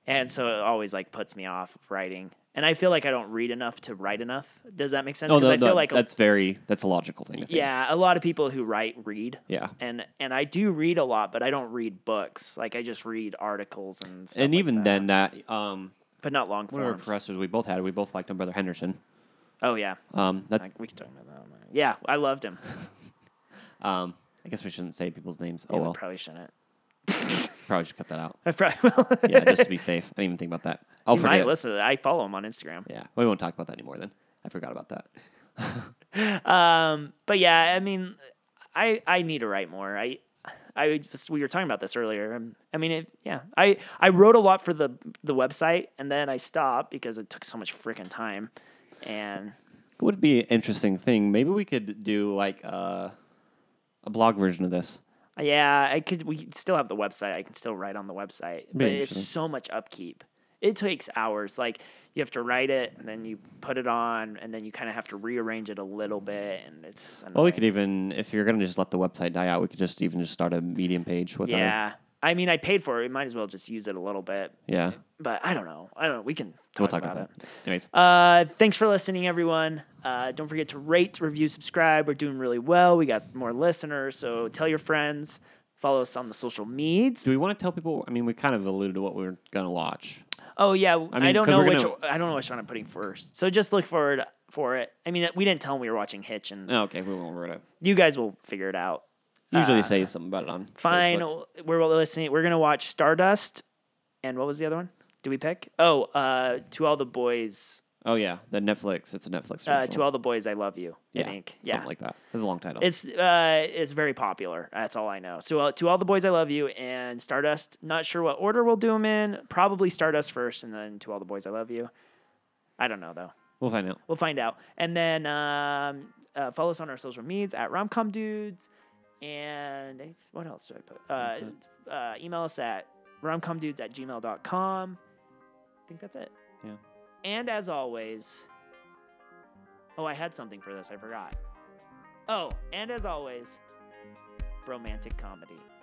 [SPEAKER 2] And so it always like puts me off of writing. And I feel like I don't read enough to write enough. Does that make sense?
[SPEAKER 1] Oh,
[SPEAKER 2] 'Cause
[SPEAKER 1] no,
[SPEAKER 2] I feel
[SPEAKER 1] no,
[SPEAKER 2] like a-
[SPEAKER 1] that's very that's a logical thing. To think.
[SPEAKER 2] yeah, a lot of people who write read.
[SPEAKER 1] Yeah.
[SPEAKER 2] And and I do read a lot, but I don't read books. Like I just read articles and stuff
[SPEAKER 1] and
[SPEAKER 2] like
[SPEAKER 1] even
[SPEAKER 2] that,
[SPEAKER 1] then, that um,
[SPEAKER 2] but not long
[SPEAKER 1] one of our
[SPEAKER 2] forms.
[SPEAKER 1] professors we both had, we both liked him, Brother Henderson.
[SPEAKER 2] oh yeah,
[SPEAKER 1] Um, that's
[SPEAKER 2] like, we can talk about that. One. Yeah, I loved him.
[SPEAKER 1] um, I guess we shouldn't say people's names. Oh
[SPEAKER 2] Yeah, we
[SPEAKER 1] well,
[SPEAKER 2] probably shouldn't.
[SPEAKER 1] probably should cut that out.
[SPEAKER 2] I probably will.
[SPEAKER 1] Yeah, just to be safe. I didn't even think about that. I'll
[SPEAKER 2] you
[SPEAKER 1] forget.
[SPEAKER 2] might
[SPEAKER 1] it.
[SPEAKER 2] listen. To that. I follow him on Instagram.
[SPEAKER 1] Yeah, we won't talk about that anymore. Then I forgot about that.
[SPEAKER 2] Um, but yeah, I mean, I I need to write more. I I would just, we were talking about this earlier. Um, I mean, it, yeah, I I wrote a lot for the the website, and then I stopped because it took so much freaking time, and.
[SPEAKER 1] It would be an interesting thing. Maybe we could do like uh, a blog version of this.
[SPEAKER 2] Yeah, I could. We still have the website. I can still write on the website, but
[SPEAKER 1] interesting.
[SPEAKER 2] it's so much upkeep. It takes hours. Like you have to write it, and then you put it on, and then you kind of have to rearrange it a little bit, and it's.
[SPEAKER 1] Well, we
[SPEAKER 2] annoying.
[SPEAKER 1] could even, if you're gonna just let the website die out, we could just even just start a Medium page with our
[SPEAKER 2] Yeah, I mean, I paid for it. We might as well just use it a little bit,
[SPEAKER 1] yeah.
[SPEAKER 2] but I don't know. I don't know. We can talk,
[SPEAKER 1] We'll talk
[SPEAKER 2] about,
[SPEAKER 1] about,
[SPEAKER 2] it.
[SPEAKER 1] that. Anyways,
[SPEAKER 2] Uh, thanks for listening, everyone. Uh, don't forget to rate, review, subscribe. We're doing really well. We got more listeners, so tell your friends. Follow us on the social meds.
[SPEAKER 1] do we want to tell people? I mean, we kind of alluded to what we were gonna watch.
[SPEAKER 2] Oh yeah, w- I,
[SPEAKER 1] mean,
[SPEAKER 2] don't
[SPEAKER 1] 'cause
[SPEAKER 2] know
[SPEAKER 1] we're
[SPEAKER 2] which
[SPEAKER 1] gonna-
[SPEAKER 2] I don't know which one I'm putting first. So just look forward for it. I mean, we didn't tell them we were watching Hitch, and
[SPEAKER 1] Oh, okay, we won't. We're gonna
[SPEAKER 2] you guys will figure it out. Uh,
[SPEAKER 1] usually say something about it on.
[SPEAKER 2] Fine,
[SPEAKER 1] Facebook.
[SPEAKER 2] we're listening. We're gonna watch Stardust, and what was the other one? Did we pick? Oh, uh, to all the boys,
[SPEAKER 1] Oh yeah, the Netflix. It's a Netflix.
[SPEAKER 2] uh,
[SPEAKER 1] original.
[SPEAKER 2] to all the boys, I love you.
[SPEAKER 1] yeah,
[SPEAKER 2] I think,
[SPEAKER 1] something
[SPEAKER 2] yeah.
[SPEAKER 1] like that. It's a long title.
[SPEAKER 2] It's uh, it's very popular. That's all I know. So uh, to all the boys, I love you, and Stardust. Not sure what order we'll do them in. Probably Stardust first, and then to all the boys, I love you. I don't know though.
[SPEAKER 1] we'll find out.
[SPEAKER 2] We'll find out. And then um, uh, follow us on our social medias at Romcom Dudes. And I- what else do I
[SPEAKER 1] That's
[SPEAKER 2] put? Uh, uh, email us at romcomdudes at gmail.com. I think that's it.
[SPEAKER 1] Yeah.
[SPEAKER 2] And as always, oh, I had something for this. I forgot. Oh, and as always, romantic comedy.